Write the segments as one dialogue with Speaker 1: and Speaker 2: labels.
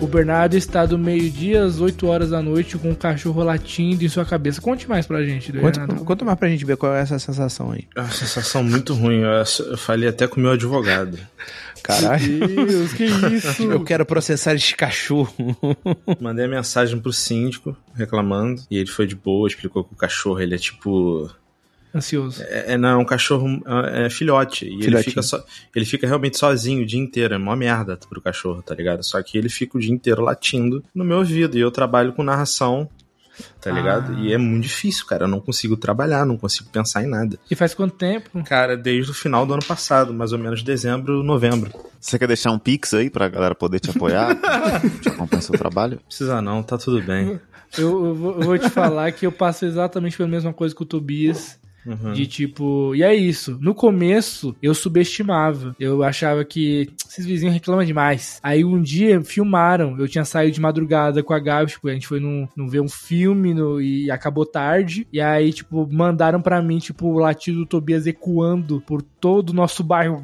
Speaker 1: O, o Bernardo está do meio-dia às 8 horas da noite com um cachorro latindo em sua cabeça. Conte mais pra gente, do
Speaker 2: Conta,
Speaker 1: Renato.
Speaker 2: conta mais pra gente ver qual é essa sensação aí.
Speaker 3: É uma sensação muito ruim. Eu ass- Eu falei até com o meu advogado.
Speaker 2: Caralho.
Speaker 1: Meu Deus, que isso?
Speaker 2: Eu quero processar esse cachorro.
Speaker 3: Mandei a mensagem pro síndico reclamando. E ele foi de boa, explicou que o cachorro ele é tipo.
Speaker 1: Ansioso.
Speaker 3: É, é- não, é um cachorro é, é filhote. E ele
Speaker 2: Filhotinho.
Speaker 3: fica, só- ele fica realmente sozinho o dia inteiro. É mó merda pro cachorro, tá ligado? Só que ele fica o dia inteiro latindo no meu ouvido. E eu trabalho com narração, tá
Speaker 1: Ah.
Speaker 3: ligado? E é muito difícil, cara. Eu não consigo trabalhar, não consigo pensar em nada.
Speaker 1: E faz quanto tempo?
Speaker 3: Cara, desde o final do ano passado, mais ou menos dezembro, novembro.
Speaker 4: Você quer deixar um pix aí pra galera poder te apoiar? te acompanhar seu trabalho?
Speaker 3: Precisa não, tá tudo bem.
Speaker 1: Eu, eu vou, eu vou te falar que eu passo exatamente pela mesma coisa que o Tobias.
Speaker 3: Uhum.
Speaker 1: De tipo, e é isso. No começo, eu subestimava. Eu achava que "Tch, esses vizinhos reclamam demais. Aí um dia filmaram. Eu tinha saído de madrugada com a Gabi, tipo, a gente foi num, num ver um filme no- e acabou tarde. E aí, tipo, mandaram pra mim, tipo, o latido do Tobias ecoando por todo o nosso bairro.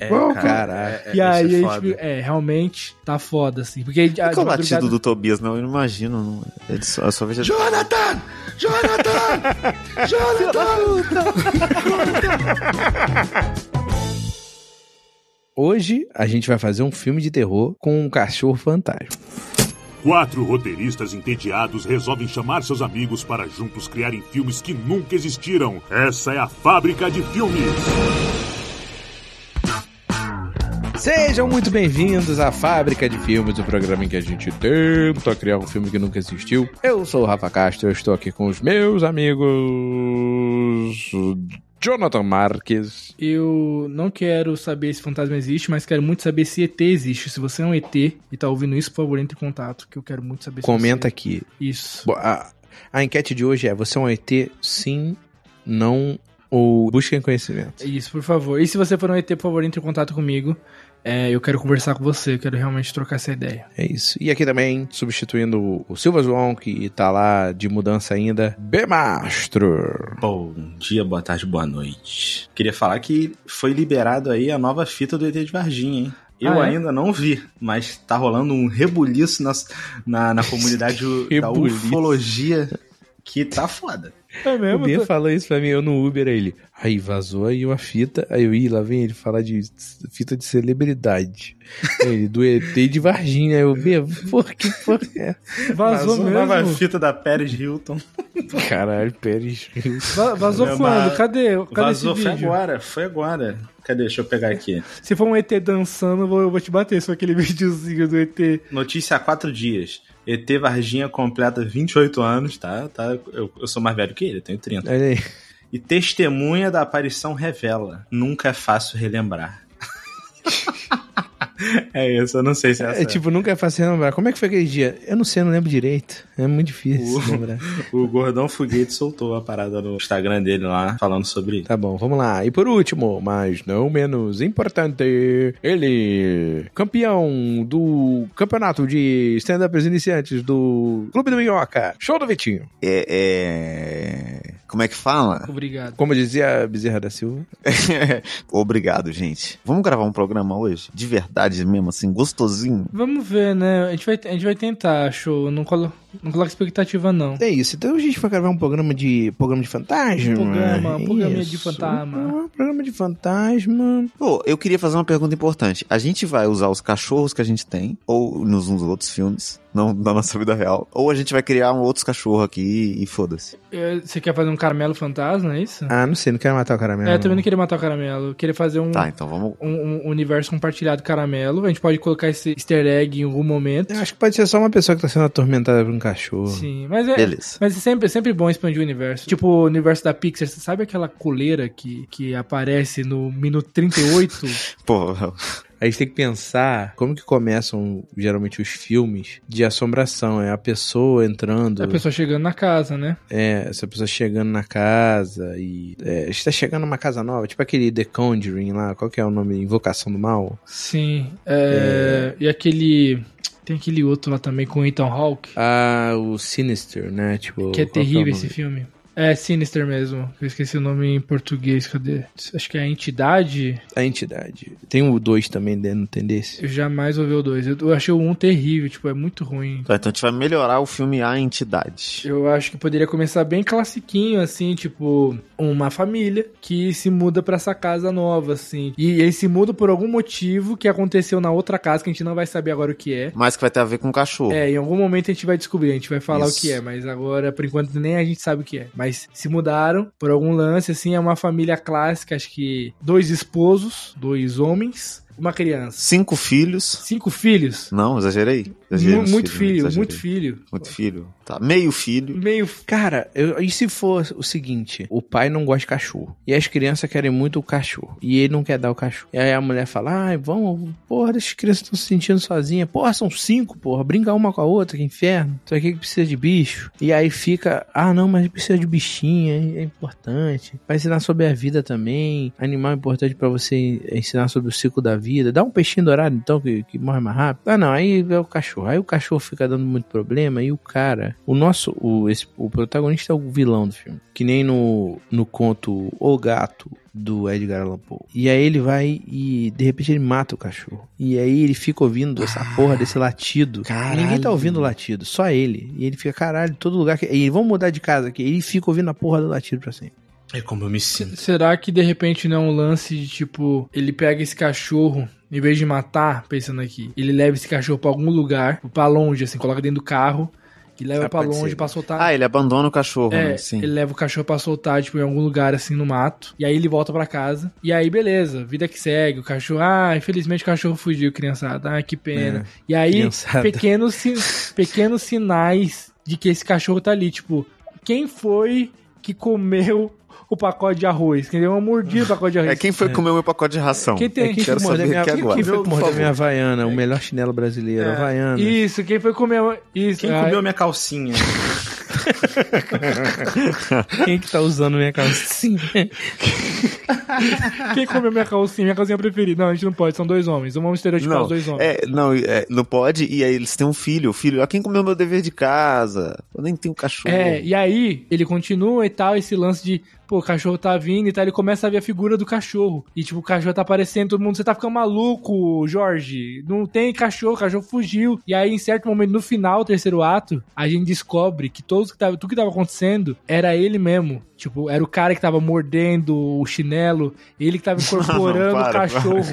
Speaker 3: É,
Speaker 2: caralho.
Speaker 3: é- é-
Speaker 1: e aí,
Speaker 3: isso é
Speaker 1: é,
Speaker 3: foda.
Speaker 1: tipo, é, realmente tá foda, assim. Porque a- de
Speaker 4: Qual é o
Speaker 1: madrugada-
Speaker 4: latido do Tobias? Não, eu não imagino. Não. Ele só, eu só vejo...
Speaker 2: Jonathan! Jonathan! Jonathan! Hoje a gente vai fazer um filme de terror com um cachorro fantasma.
Speaker 5: Quatro roteiristas entediados resolvem chamar seus amigos para juntos criarem filmes que nunca existiram. Essa é a fábrica de filmes.
Speaker 2: Sejam muito bem-vindos à Fábrica de Filmes, o programa em que a gente tenta criar um filme que nunca existiu. Eu sou o Rafa Castro, eu estou aqui com os meus amigos. Jonathan Marques.
Speaker 1: Eu não quero saber se fantasma existe, mas quero muito saber se ET existe. Se você é um ET e tá ouvindo isso, por favor, entre em contato, que eu quero muito saber se
Speaker 2: Comenta
Speaker 1: você...
Speaker 2: aqui.
Speaker 1: Isso.
Speaker 2: Bo- A, a enquete de hoje é: você é um ET? Sim, não ou busquem conhecimento.
Speaker 1: Isso, por favor. E se você for um ET, por favor, entre em contato comigo. É, eu quero conversar com você, eu quero realmente trocar essa ideia.
Speaker 2: É isso. E aqui também, substituindo o- o Silva João, que tá lá de mudança ainda, Bemastro.
Speaker 3: Bom dia, boa tarde, boa noite. Queria falar que foi liberado aí a nova fita do ET de Varginha, hein? Eu
Speaker 1: Ah, é?
Speaker 3: ainda não vi, mas tá rolando um rebuliço nas- na, na comunidade da
Speaker 2: Rebuliço.
Speaker 3: ufologia que tá foda.
Speaker 1: É
Speaker 2: O Ben falou isso pra mim, eu no Uber, aí ele, aí vazou aí uma fita, aí eu, ih, lá vem ele falar de fita de celebridade. Aí ele, do ET de Varginha, aí eu, Ben, por que porra é essa?
Speaker 1: Vazou,
Speaker 3: a nova
Speaker 1: mesmo?
Speaker 3: fita da Pérez Hilton.
Speaker 2: Caralho, Pérez.
Speaker 1: Va- vazou
Speaker 3: Não,
Speaker 1: quando?
Speaker 3: mas-
Speaker 1: Cadê? Cadê
Speaker 3: Vazou,
Speaker 1: esse
Speaker 3: foi
Speaker 1: vídeo?
Speaker 3: agora, foi agora. Cadê? Deixa eu pegar aqui.
Speaker 1: Se for um ET dançando, eu vou, eu vou te bater. Se for aquele videozinho do ET
Speaker 3: Notícia há quatro dias. ET Varginha completa 28 anos, tá? tá eu, eu sou mais velho que ele, eu tenho 30.
Speaker 2: Olha aí. né,
Speaker 3: E testemunha da aparição revela. Nunca é fácil relembrar. é isso, eu não sei se é, essa.
Speaker 2: É, tipo, nunca é fácil lembrar. Como é que foi aquele dia? Eu não sei, eu não lembro direito. É muito difícil
Speaker 3: Uh.
Speaker 2: lembrar.
Speaker 3: O Gordão Foguete soltou a parada no Instagram dele lá, falando sobre isso.
Speaker 2: Tá bom, vamos lá. E por último, mas não menos importante, ele, campeão do campeonato de stand-ups iniciantes do Clube do Minhoca, show do Vitinho.
Speaker 4: É, é... Como é que fala?
Speaker 1: Obrigado.
Speaker 2: Como dizia Bezerra da Silva.
Speaker 4: Obrigado, gente. Vamos gravar um programa hoje? De verdade mesmo, assim, gostosinho?
Speaker 1: Vamos ver, né? A gente vai, a gente vai tentar, show. Não, colo, não coloca expectativa, não.
Speaker 2: É isso, então a gente vai gravar um programa de programa de fantasma. É
Speaker 1: Programa,
Speaker 2: Isso.
Speaker 1: programinha de fantasma.
Speaker 2: Um programa de fantasma.
Speaker 4: Pô, eu queria fazer uma pergunta importante. A gente vai usar os cachorros que a gente tem, ou nos uns outros filmes, não na nossa vida real, ou a gente vai criar um outro cachorro aqui e foda-se.
Speaker 1: É, Você quer fazer um caramelo fantasma, é isso?
Speaker 2: Ah, não sei, não quero matar o caramelo.
Speaker 1: é, eu também não queria matar o caramelo. Eu queria fazer um,
Speaker 4: Tá, então vamos.
Speaker 1: um- um universo compartilhado caramelo. A gente pode colocar esse easter egg em algum momento.
Speaker 2: Eu acho que pode ser só uma pessoa que tá sendo atormentada por um cachorro.
Speaker 1: Sim, mas é.
Speaker 4: Beleza.
Speaker 1: Mas é sempre, é sempre bom expandir o universo. Tipo, o universo da Pixar, você sabe aquela coleira que, que aparece no minuto 38?
Speaker 4: Pô,
Speaker 2: A gente tem que pensar como que começam geralmente os filmes de assombração. É a pessoa entrando,
Speaker 1: É a pessoa chegando na casa, né?
Speaker 2: é, essa pessoa chegando na casa e. É, está chegando numa casa nova, tipo aquele The Conjuring lá, qual que é o nome? Invocação do Mal?
Speaker 1: Sim. é, E aquele. Tem aquele outro lá também com o Ethan Hawke.
Speaker 2: Ah, o Sinister, né? Tipo,
Speaker 1: Que é
Speaker 2: qual o
Speaker 1: terrível
Speaker 2: nome?
Speaker 1: esse filme. É Sinister mesmo. Eu esqueci o nome em português, cadê? Acho que é a entidade.
Speaker 2: A entidade. Tem o 2 também dentro, não tem desse?
Speaker 1: Eu jamais ouvi o 2. Eu eu achei o 1 um terrível, tipo, é muito ruim.
Speaker 4: Tá, então a gente vai melhorar o filme A Entidade.
Speaker 1: Eu acho que poderia começar bem classiquinho, assim, tipo, uma família que se muda pra essa casa nova, assim. E eles se mudam por algum motivo que aconteceu na outra casa, que a gente não vai saber agora o que é.
Speaker 4: Mas que vai ter a ver com o cachorro.
Speaker 1: É, em algum momento a gente vai descobrir, a gente vai falar
Speaker 4: Isso.
Speaker 1: o que é, mas agora, por enquanto, nem a gente sabe o que é. Mas se mudaram por algum lance, assim, é uma família clássica, acho que dois esposos, dois homens, uma criança.
Speaker 4: Cinco filhos.
Speaker 1: Cinco filhos?
Speaker 4: Não, exagerei. Exagerei
Speaker 1: Mu-
Speaker 4: nos
Speaker 1: muito
Speaker 4: filhos,
Speaker 1: filho,
Speaker 4: exagerei.
Speaker 1: muito filho.
Speaker 4: Muito filho. Tá, meio filho.
Speaker 1: Meio
Speaker 2: Cara, eu- e se for o seguinte? O pai não gosta de cachorro. E as crianças querem muito o cachorro. E ele não quer dar o cachorro. E aí a mulher fala: ai, vamos, porra, as crianças estão se sentindo sozinhas. Porra, são cinco, porra. Brinca uma com a outra, que inferno. Isso aqui que precisa de bicho. E aí fica: ah, não, mas precisa de bichinho, é é importante. Vai ensinar sobre a vida também. Animal é importante pra você ensinar sobre o ciclo da vida. Dá um peixinho dourado, então, que, que morre mais rápido. Ah, não, aí é o cachorro. Aí o cachorro fica dando muito problema. E o cara, o nosso, o, esse- o protagonista é o vilão do filme. Que nem no, no conto O Gato. Do Edgar Allan Poe. E aí ele vai e de repente ele mata o cachorro. E aí ele fica ouvindo essa porra desse latido.
Speaker 4: caralho.
Speaker 2: Ninguém tá ouvindo o latido, só ele. E ele fica, caralho, todo lugar que. E vamos mudar de casa aqui. Ele fica ouvindo a porra do latido pra sempre.
Speaker 3: É como eu me sinto.
Speaker 1: Será que de repente não é um lance de tipo, ele pega esse cachorro, em vez de matar, pensando aqui, ele leva esse cachorro pra algum lugar, pra longe, assim, coloca dentro do carro e leva
Speaker 2: Ah,
Speaker 1: pra
Speaker 2: pode
Speaker 1: longe
Speaker 2: ser.
Speaker 1: pra soltar.
Speaker 4: Ah, ele abandona o cachorro,
Speaker 1: É,
Speaker 4: né? Sim.
Speaker 1: ele leva o cachorro pra soltar, tipo, em algum lugar, assim, no mato. E aí ele volta pra casa. E aí, beleza, vida que segue. O cachorro, ah, infelizmente o cachorro fugiu, criançada. Ah, que pena.
Speaker 4: É,
Speaker 1: E aí,
Speaker 2: Criançada.
Speaker 1: pequenos, sin- pequenos sinais de que esse cachorro tá ali. Tipo, quem foi que comeu o pacote de arroz? Quem deu uma mordida no pacote de arroz?
Speaker 4: É quem foi comer o meu pacote de ração.
Speaker 1: Quem tem-
Speaker 2: É, quem
Speaker 4: Quero
Speaker 2: foi
Speaker 4: saber
Speaker 2: morder minha,
Speaker 4: aqui
Speaker 2: quem
Speaker 4: agora.
Speaker 2: que foi
Speaker 4: Por
Speaker 2: que mordeu
Speaker 4: favor.
Speaker 2: minha Havaiana? O melhor chinelo brasileiro, Havaiana.
Speaker 4: né?
Speaker 1: Isso, quem foi comer... Isso,
Speaker 3: Quem
Speaker 1: ah,
Speaker 3: comeu minha calcinha?
Speaker 2: Quem que tá usando minha calcinha?
Speaker 1: quem comeu minha calcinha? Minha calcinha preferida. Não, a gente não pode, são dois homens. Vamos estereotipar
Speaker 4: Não,
Speaker 1: os dois homens.
Speaker 4: é, não, é, não pode. E aí eles têm um filho. O filho, ó, quem comeu meu dever de casa? Eu nem tenho cachorro.
Speaker 1: É, e aí ele continua e tal, esse lance de, pô, o cachorro tá vindo e tal, ele começa a ver a figura do cachorro. E tipo, o cachorro tá aparecendo, todo mundo, você tá ficando maluco, Jorge. Não tem cachorro, o cachorro fugiu. E aí, em certo momento, no final, o terceiro ato, a gente descobre que todos que tava, tudo que tava acontecendo era ele mesmo. Tipo, era o cara que tava mordendo o chinelo, ele que tava incorporando
Speaker 4: Não, para,
Speaker 1: o
Speaker 4: para.
Speaker 1: cachorro.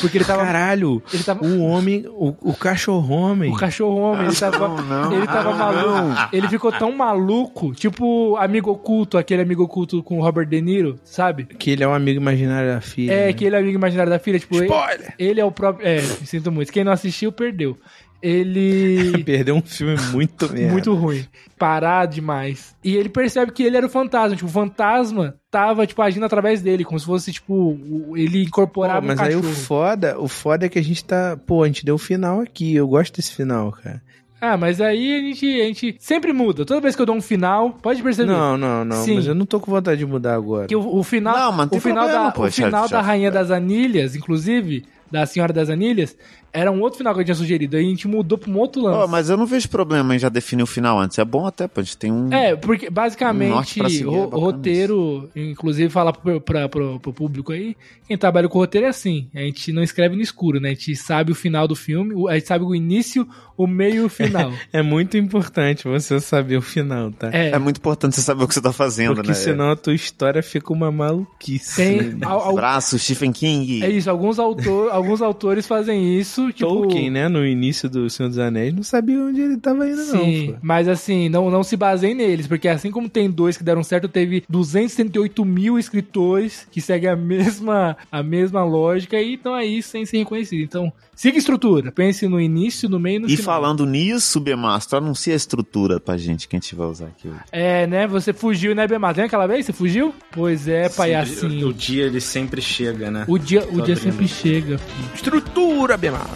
Speaker 1: Porque ele tava.
Speaker 2: Caralho,
Speaker 1: Ele tava
Speaker 2: o homem, o, o cachorro-homem.
Speaker 1: o cachorro homem, ele tava,
Speaker 4: não,
Speaker 1: ele tava
Speaker 4: não,
Speaker 1: maluco.
Speaker 4: não.
Speaker 1: Ele ficou tão maluco, tipo amigo oculto, aquele amigo oculto com o Robert De Niro, sabe?
Speaker 2: Que ele é um amigo imaginário da filha.
Speaker 1: É,
Speaker 2: né?
Speaker 1: aquele amigo imaginário da filha, tipo, ele,
Speaker 2: Spoiler!
Speaker 1: ele é o próprio. É, me sinto muito. Quem não assistiu, perdeu. Ele.
Speaker 2: Perdeu um filme muito merda.
Speaker 1: Muito ruim. Parado demais. E ele percebe que ele era o fantasma. Tipo, o fantasma tava, tipo, agindo através dele. Como se fosse, tipo, o- ele incorporava
Speaker 2: Pô, mas
Speaker 1: o
Speaker 2: aí
Speaker 1: cachorro.
Speaker 2: o foda, o foda é que a gente tá. Pô, a gente deu o final aqui. Eu gosto desse final, cara.
Speaker 1: Ah, mas aí a gente, a gente sempre muda. Toda vez que eu dou um final, pode perceber.
Speaker 2: Não, não, não.
Speaker 1: Sim.
Speaker 2: Mas eu não tô com vontade de mudar agora.
Speaker 1: Que o, o final,
Speaker 4: Não, mas não tem
Speaker 1: o final
Speaker 4: problema,
Speaker 1: da,
Speaker 4: pô,
Speaker 1: o final
Speaker 4: chefe,
Speaker 1: da
Speaker 4: chefe,
Speaker 1: Rainha das Anilhas, inclusive, da Senhora das Anilhas, era um outro final que eu tinha sugerido. Aí a gente mudou pra um outro lance.
Speaker 4: Ó, mas eu não vejo problema em já definir o final antes. É bom até, pô. A gente tem um.
Speaker 1: É, porque
Speaker 4: Norte
Speaker 1: basicamente
Speaker 4: pra seguir, é
Speaker 1: o o
Speaker 4: bacana
Speaker 1: roteiro, inclusive falar pro, pra- pro- pro público aí, quem trabalha com roteiro é assim, a gente não escreve no escuro, né? A gente sabe o final do filme, o- a gente sabe o início, o meio e o final.
Speaker 2: É muito importante você saber o final, tá?
Speaker 1: É,
Speaker 4: É muito importante você saber o que você tá fazendo,
Speaker 2: Porque
Speaker 4: né?
Speaker 2: senão a tua história fica uma maluquice. né?
Speaker 1: tem, al- al-
Speaker 4: Braço, Stephen King.
Speaker 1: é isso, alguns, autor, alguns autores fazem isso, tipo...
Speaker 2: Tolkien, né, no início do Senhor dos Anéis, não sabia onde ele tava indo,
Speaker 1: Sim,
Speaker 2: não. pô.
Speaker 1: mas assim, não, não se baseiem neles, porque assim como tem dois que deram certo, teve 278 mil escritores que seguem a mesma, a mesma lógica e estão aí sem ser reconhecidos. Então, siga estrutura, pense no início, no meio e no
Speaker 4: E
Speaker 1: final.
Speaker 4: falando nisso, Bemastro, anuncia a estrutura pra gente que a gente vai usar aqui hoje.
Speaker 1: É, né? Você fugiu, né, Bemar? Lembra aquela vez? Você fugiu? Pois é, pai, assim.
Speaker 3: O dia ele sempre chega, né?
Speaker 1: O dia, o
Speaker 3: Tô
Speaker 1: dia
Speaker 3: abrindo.
Speaker 1: sempre chega, filho.
Speaker 2: Estrutura, Bemar.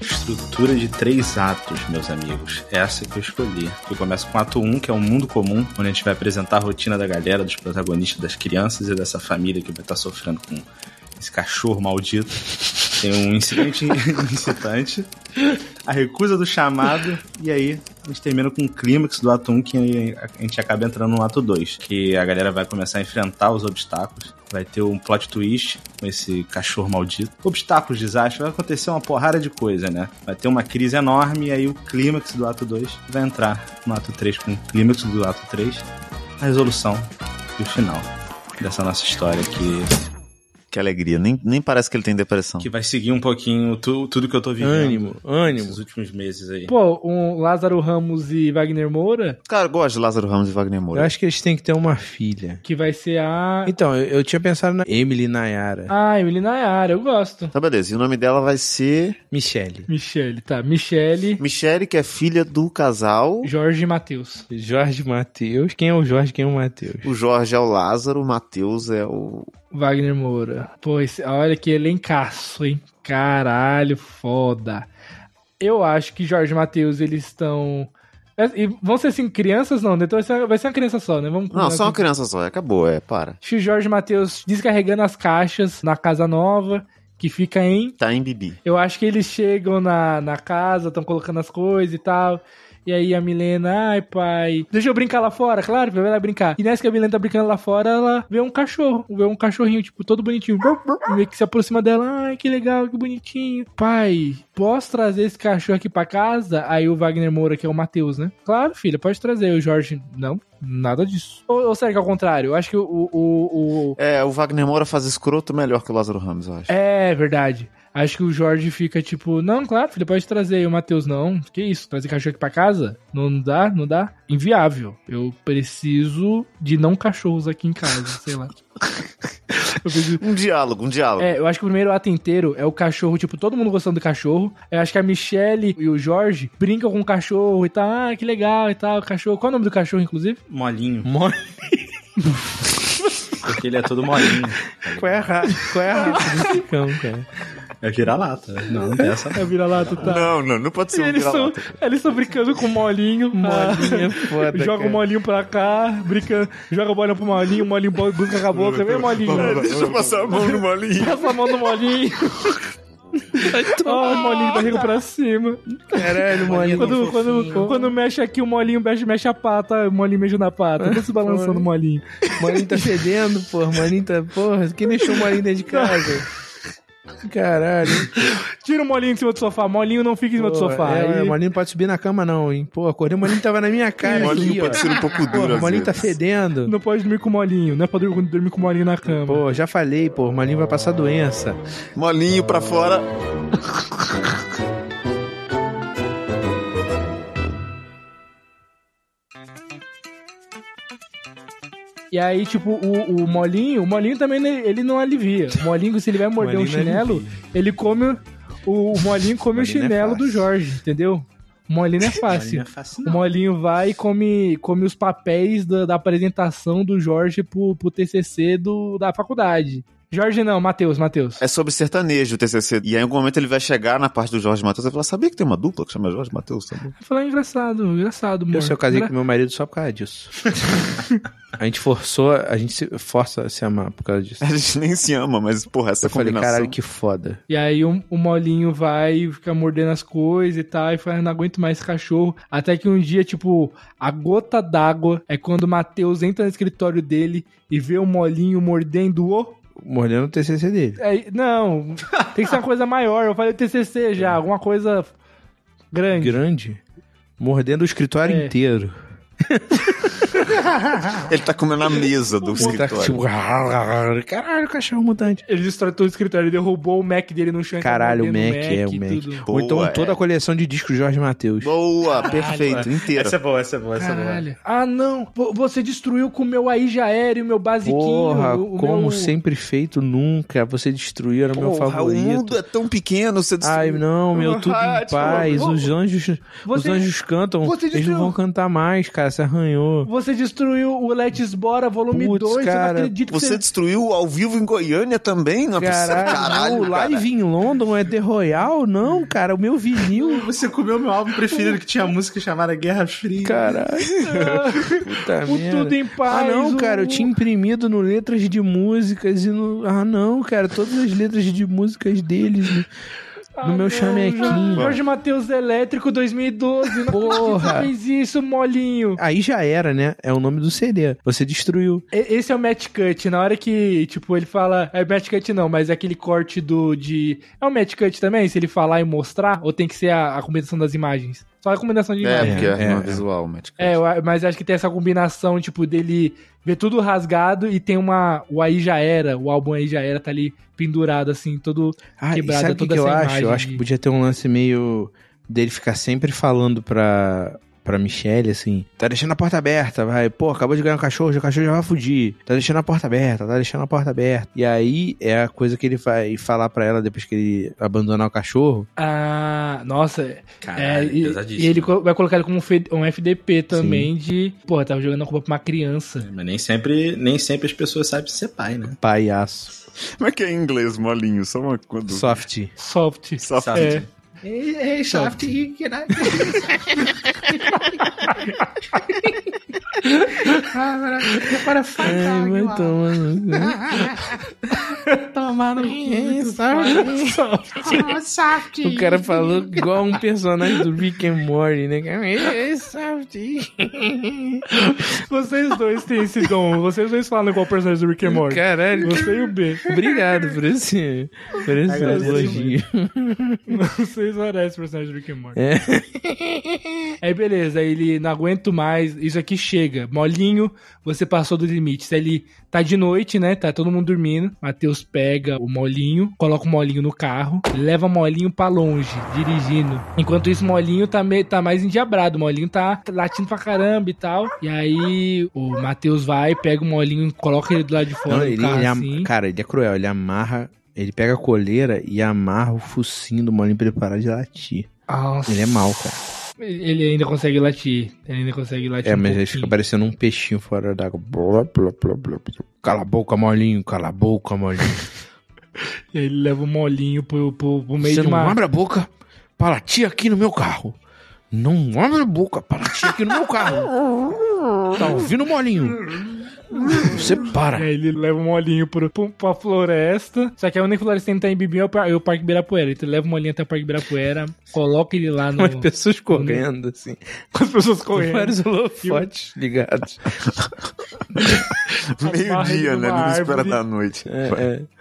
Speaker 3: Estrutura de três atos, meus amigos. Essa que eu escolhi. Eu começo com o ato 1, que é o mundo comum, onde a gente vai apresentar a rotina da galera, dos tá protagonistas, das crianças e dessa família que vai estar sofrendo com esse cachorro maldito. Tem um incidente incitante, a recusa do chamado, e aí a gente termina com o clímax do ato 1, que a gente acaba entrando no ato 2, que a galera vai começar a enfrentar os obstáculos. Vai ter um plot twist com esse cachorro maldito. Obstáculos, desastre, vai acontecer uma porrada de coisa, né? Vai ter uma crise enorme e aí o clímax do ato 2 vai entrar no ato 3 com o clímax do ato 3, a resolução e o final dessa nossa história que
Speaker 4: Que alegria. Nem, nem parece que ele tem depressão.
Speaker 3: que vai seguir um pouquinho tu- tudo que eu tô vivendo
Speaker 2: Ânimo, ânimo.
Speaker 3: nesses últimos meses aí.
Speaker 1: Pô, um Lázaro Ramos e Wagner Moura,
Speaker 4: Cara, eu gosto de Lázaro Ramos e Wagner
Speaker 2: Eu
Speaker 4: Moura.
Speaker 2: acho que eles têm que ter uma filha.
Speaker 1: que vai ser a.
Speaker 2: Então, eu, eu tinha pensado na Emily
Speaker 4: É.
Speaker 2: Nayara.
Speaker 1: Ah, Emily Nayara, eu gosto.
Speaker 4: Tá, beleza. E o nome dela vai ser
Speaker 2: Michelle.
Speaker 1: Michele, tá. Michele,
Speaker 4: Michele, que é filha do casal.
Speaker 1: Jorge e Matheus.
Speaker 2: Jorge Matheus. Quem é o Jorge? Quem é o Matheus?
Speaker 4: O Jorge é o Lázaro, o Matheus é o.
Speaker 1: Wagner Moura. Pô, esse- olha que elencaço, hein? Caralho, foda. Eu acho que Jorge e Matheus, eles estão. É, E vão ser assim, crianças não, né? Então vai ser- vai ser uma criança só, né? Vamos
Speaker 4: Não, só
Speaker 1: criança.
Speaker 4: uma criança só. Acabou, é, para.
Speaker 1: Acho que Jorge e Matheus descarregando as caixas na casa nova, que fica em
Speaker 4: Tá em Bibi.
Speaker 1: Eu acho que eles chegam na, na casa, estão colocando as coisas e tal. E aí a Milena, ai pai, deixa eu brincar lá fora, claro, vai lá brincar. E nessa que a Milena tá brincando lá fora, ela vê um cachorro, vê um cachorrinho, tipo, todo bonitinho. Meio que se aproxima dela, ai que legal, que bonitinho. Pai, posso trazer esse cachorro aqui pra casa? Aí o Wagner Moura, que é o Matheus, né? Claro, filha, pode trazer. Aí o Jorge, não, nada disso. Ou, ou será que é ao contrário? Eu acho que o- o, o,
Speaker 4: É, o Wagner Moura faz escroto melhor que o Lázaro Ramos, eu acho.
Speaker 1: é, verdade. Acho que o Jorge fica tipo, não, claro, filho, pode trazer. E o Matheus, não, que isso, trazer cachorro aqui pra casa? Não, não dá, não dá. Inviável. Eu preciso de não cachorros aqui em casa, sei lá. Eu preciso-
Speaker 4: Um diálogo, um diálogo.
Speaker 1: É, eu acho que o primeiro ato inteiro é o cachorro, tipo, todo mundo gostando do cachorro. Eu acho que a Michelle e o Jorge brincam com o cachorro e tal, ah, que legal e tal, cachorro. Qual é o nome do cachorro, inclusive?
Speaker 3: Molinho,
Speaker 2: Mole.
Speaker 3: porque ele é todo molinho. tá
Speaker 2: Qual é a ra- qual é a raça do cão, cara?
Speaker 3: É vira-lata. Não, não tem essa. não.
Speaker 1: É o vira-lata, tá?
Speaker 4: Não, não, não pode
Speaker 1: E
Speaker 4: ser um
Speaker 1: eles são,
Speaker 4: diálogo.
Speaker 1: eles estão brincando com o molinho. Ah.
Speaker 2: Molinho é foda,
Speaker 1: Joga
Speaker 2: cara.
Speaker 1: o molinho pra cá, brinca, joga a bola pro molinho, o molinho bo- busca com a boca. Vem, molinho.
Speaker 4: Deixa eu passar a mão no molinho.
Speaker 1: Passa a mão no molinho. Ó, o molinho barriga pra cima.
Speaker 2: Caralho, molinho.
Speaker 1: Quando, quando, quando mexe aqui, o molinho mexe, mexe a pata, o molinho mexe na pata. Tá se balançando o molinho.
Speaker 2: Molinho tá fedendo, porra. Molinho tá. Porra, quem deixou o molinho dentro de casa? Caralho.
Speaker 1: Tira o molinho de cima do sofá, molinho não fica em cima do
Speaker 2: Pô,
Speaker 1: sofá.
Speaker 2: É,
Speaker 1: Aí-
Speaker 2: O Molinho não pode subir na cama, não, hein? Pô, acordei, o Molinho tava na minha cara
Speaker 4: Molinho
Speaker 2: aqui, ó.
Speaker 4: pode ser um pouco
Speaker 2: Pô,
Speaker 4: duro,
Speaker 2: o
Speaker 4: às
Speaker 2: Molinho tá
Speaker 4: vezes.
Speaker 2: fedendo.
Speaker 1: Não pode dormir com o molinho, não é pra dormir, dormir com o molinho na cama.
Speaker 2: Pô, já falei, pô, o Molinho vai passar doença.
Speaker 4: Molinho pra fora.
Speaker 1: E aí, tipo, o, o molinho, o molinho também né, ele não alivia. O molinho, se ele vai morder um
Speaker 2: Molinho não é
Speaker 1: chinelo, ele come. O, o molinho come o
Speaker 2: Molinho é
Speaker 1: chinelo do
Speaker 2: fácil.
Speaker 1: Jorge, entendeu? O molinho é
Speaker 3: Molinho
Speaker 1: fácil.
Speaker 3: é fácil,
Speaker 1: O
Speaker 3: não.
Speaker 1: molinho vai e come, come os papéis da, da apresentação do Jorge pro, pro TCC do, da faculdade. Jorge não, Matheus, Matheus.
Speaker 4: É sobre sertanejo o TCC. E aí, em algum momento, ele vai chegar na parte do Jorge Matheus e vai falar: Sabia que tem uma dupla que chama Jorge Matheus? Tá bom.
Speaker 1: Falar "É engraçado, engraçado, amor.
Speaker 2: Eu só casei
Speaker 1: Engra-
Speaker 2: com meu marido só por causa disso. A gente forçou, a gente se força a se amar por causa disso.
Speaker 4: A gente nem se ama, mas, porra, essa
Speaker 2: Eu falei,
Speaker 4: combinação.
Speaker 2: caralho, que foda.
Speaker 1: E aí o, o molinho vai e fica mordendo as coisas e tal, e fala, não aguento mais esse cachorro. Até que um dia, tipo, a gota d'água é quando o Matheus entra no escritório dele e vê o molinho mordendo o...
Speaker 2: Mordendo o TCC dele.
Speaker 1: É, não, tem que ser uma coisa maior, eu falei TCC
Speaker 2: É.
Speaker 1: já, alguma coisa grande.
Speaker 2: Grande. Mordendo o escritório
Speaker 1: É.
Speaker 2: inteiro.
Speaker 4: Ele tá comendo a mesa do
Speaker 2: Ele tá
Speaker 4: escritório.
Speaker 2: tipo, caralho, cachorro mutante.
Speaker 1: Ele destrói todo o escritório, ele derrubou o Mac dele no chão. e tá
Speaker 2: Caralho, o
Speaker 1: mordendo
Speaker 2: Mac, é, o
Speaker 1: e
Speaker 2: Mac.
Speaker 1: tudo.
Speaker 2: Ou então
Speaker 4: Boa,
Speaker 2: toda
Speaker 4: é.
Speaker 2: a coleção de discos Jorge Matheus.
Speaker 4: Boa, perfeito, inteira.
Speaker 3: Essa é boa, essa é boa, essa é boa.
Speaker 1: Caralho. Ah, não. vo- Você destruiu com o meu aí já era e o meu basiquinho.
Speaker 2: Porra,
Speaker 1: o, o
Speaker 2: como
Speaker 1: meu...
Speaker 2: sempre feito, nunca. Você destruiu, era o meu
Speaker 4: Porra, O
Speaker 2: favorito.
Speaker 4: mundo é tão pequeno, você
Speaker 2: Ai,
Speaker 4: destruiu.
Speaker 2: não, meu,
Speaker 4: Ah,
Speaker 2: tudo em
Speaker 4: tipo,
Speaker 2: paz. Os anjos, os
Speaker 1: Você-
Speaker 2: anjos cantam.
Speaker 1: você
Speaker 2: Eles
Speaker 1: destruiu.
Speaker 2: não vão cantar mais, cara. Se arranhou. mano.
Speaker 1: Você destruiu o Let's Bora Volume
Speaker 2: Putz,
Speaker 1: 2, você não
Speaker 2: cara.
Speaker 1: acredita que
Speaker 4: Você destruiu ao vivo em Goiânia também? Não é possível.
Speaker 2: Caralho,
Speaker 4: Caralho,
Speaker 2: o
Speaker 4: cara.
Speaker 2: live em London é The Royal? Não, cara, o meu vinil.
Speaker 3: Você comeu meu álbum preferido que tinha música chamada Guerra Fria.
Speaker 2: Caralho. Puta
Speaker 1: O
Speaker 2: merda.
Speaker 1: Tudo em
Speaker 2: Ah,
Speaker 1: Paz.
Speaker 2: não,
Speaker 1: o-
Speaker 2: cara, eu tinha imprimido no letras de músicas e no. Ah, não, cara, todas as letras de músicas deles. né?
Speaker 1: Ah,
Speaker 2: no meu
Speaker 1: não,
Speaker 2: chamequinho.
Speaker 1: Jorge- Jorge Matheus Elétrico 2012. Não
Speaker 2: Porra.
Speaker 1: acredito que fez isso, molinho.
Speaker 2: Aí já era, né? É o nome do CD. Você destruiu.
Speaker 1: E- Esse é o match cut. Na hora que, tipo, ele fala. É match cut não, mas é aquele corte do. de. É um match cut também? Se ele falar e mostrar? Ou tem que ser a, a combinação das imagens? Só a combinação de
Speaker 4: É,
Speaker 1: imagens.
Speaker 4: porque é,
Speaker 2: É,
Speaker 4: uma
Speaker 2: é.
Speaker 4: visual, Magic.
Speaker 1: É, eu a- mas acho que tem essa combinação, tipo, dele ver tudo rasgado e tem uma. O aí já era, o álbum aí já era, tá ali pendurado, assim, todo.
Speaker 2: Ah, e
Speaker 1: Quebrada
Speaker 2: sabe o que,
Speaker 1: toda
Speaker 2: que eu
Speaker 1: essa
Speaker 2: acho? Eu
Speaker 1: imagem
Speaker 2: acho que
Speaker 1: de-
Speaker 2: podia ter um lance meio dele ficar sempre falando pra. Pra Michelle, assim, tá deixando a porta aberta, vai. Pô, acabou de ganhar um cachorro, já- o cachorro já vai fugir. Tá deixando a porta aberta, tá deixando a porta aberta. E aí é a coisa que ele vai falar pra ela depois que ele abandonar o cachorro.
Speaker 1: Ah, nossa.
Speaker 3: Caralho,
Speaker 1: é, e- e,
Speaker 3: pesadíssimo.
Speaker 1: ele co- vai colocar ele como um F- um FDP também de. Porra, tava jogando a culpa pra uma criança.
Speaker 3: Mas nem sempre, nem sempre as pessoas sabem ser pai, né?
Speaker 2: Palhaço.
Speaker 4: Como é que é em inglês, molinho? Só uma coisa.
Speaker 2: Soft.
Speaker 1: Soft.
Speaker 4: Só-
Speaker 1: É.
Speaker 3: Ei, Shaft, Ah, Para
Speaker 2: Ai, vai tomar no cu.
Speaker 3: tomar no
Speaker 2: O cara falou igual um personagem do Rick and Morty, né?
Speaker 1: Vocês dois têm esse dom. Vocês dois falam igual o personagem do Rick and Morty.
Speaker 2: Caralho.
Speaker 1: Você e o B.
Speaker 2: Obrigado por esse, por esse
Speaker 3: Agradeço
Speaker 2: elogio.
Speaker 1: Vocês parecem o personagem do Rick and Morty.
Speaker 2: É.
Speaker 1: Aí beleza, aí ele não aguento mais, isso aqui chega. Molinho, você passou do limite. Se ele tá de noite, né? Tá todo mundo dormindo. Matheus pega o molinho, coloca o molinho no carro, leva o molinho pra longe, dirigindo. Enquanto isso, o molinho tá, me, tá mais endiabrado. O molinho tá latindo pra caramba e tal. E aí o Matheus vai, pega o molinho, coloca ele do lado de fora. do
Speaker 2: Não, ele,
Speaker 1: carro,
Speaker 2: ele am-
Speaker 1: assim.
Speaker 2: Cara, ele é cruel. Ele amarra. Ele pega a coleira e amarra o focinho do molinho pra ele parar de latir.
Speaker 1: Nossa.
Speaker 2: Ele é mau, cara.
Speaker 1: Ele ainda consegue latir. Ele ainda consegue latir.
Speaker 2: É,
Speaker 1: um
Speaker 2: mas ele
Speaker 1: pouquinho.
Speaker 2: fica parecendo um peixinho fora d'água. Blá, blá, blá, blá, blá. Cala a boca, molinho. Cala a boca, molinho.
Speaker 1: E aí Ele leva o molinho pro, pro, pro meio
Speaker 2: Você
Speaker 1: de
Speaker 2: não
Speaker 1: uma.
Speaker 2: abre a boca pra latir aqui no meu carro. Não abre a boca pra latir aqui no meu carro. Tá ouvindo, molinho? Você
Speaker 1: E
Speaker 2: para.
Speaker 1: aí ele leva um molinho pro, pro, pra floresta. Só que a única floresta que tem em Bibim é o, par- é o Parque Ibirapuera. Então ele leva o molinho até o Parque Ibirapuera, coloca ele lá
Speaker 2: é
Speaker 1: no.
Speaker 2: pessoas
Speaker 1: correndo,
Speaker 2: assim.
Speaker 1: Com as pessoas
Speaker 2: holofotes ligados.
Speaker 1: as barras de
Speaker 4: Meio-dia,
Speaker 1: uma
Speaker 4: né? Não espera
Speaker 1: árvore.
Speaker 4: da noite.
Speaker 2: É,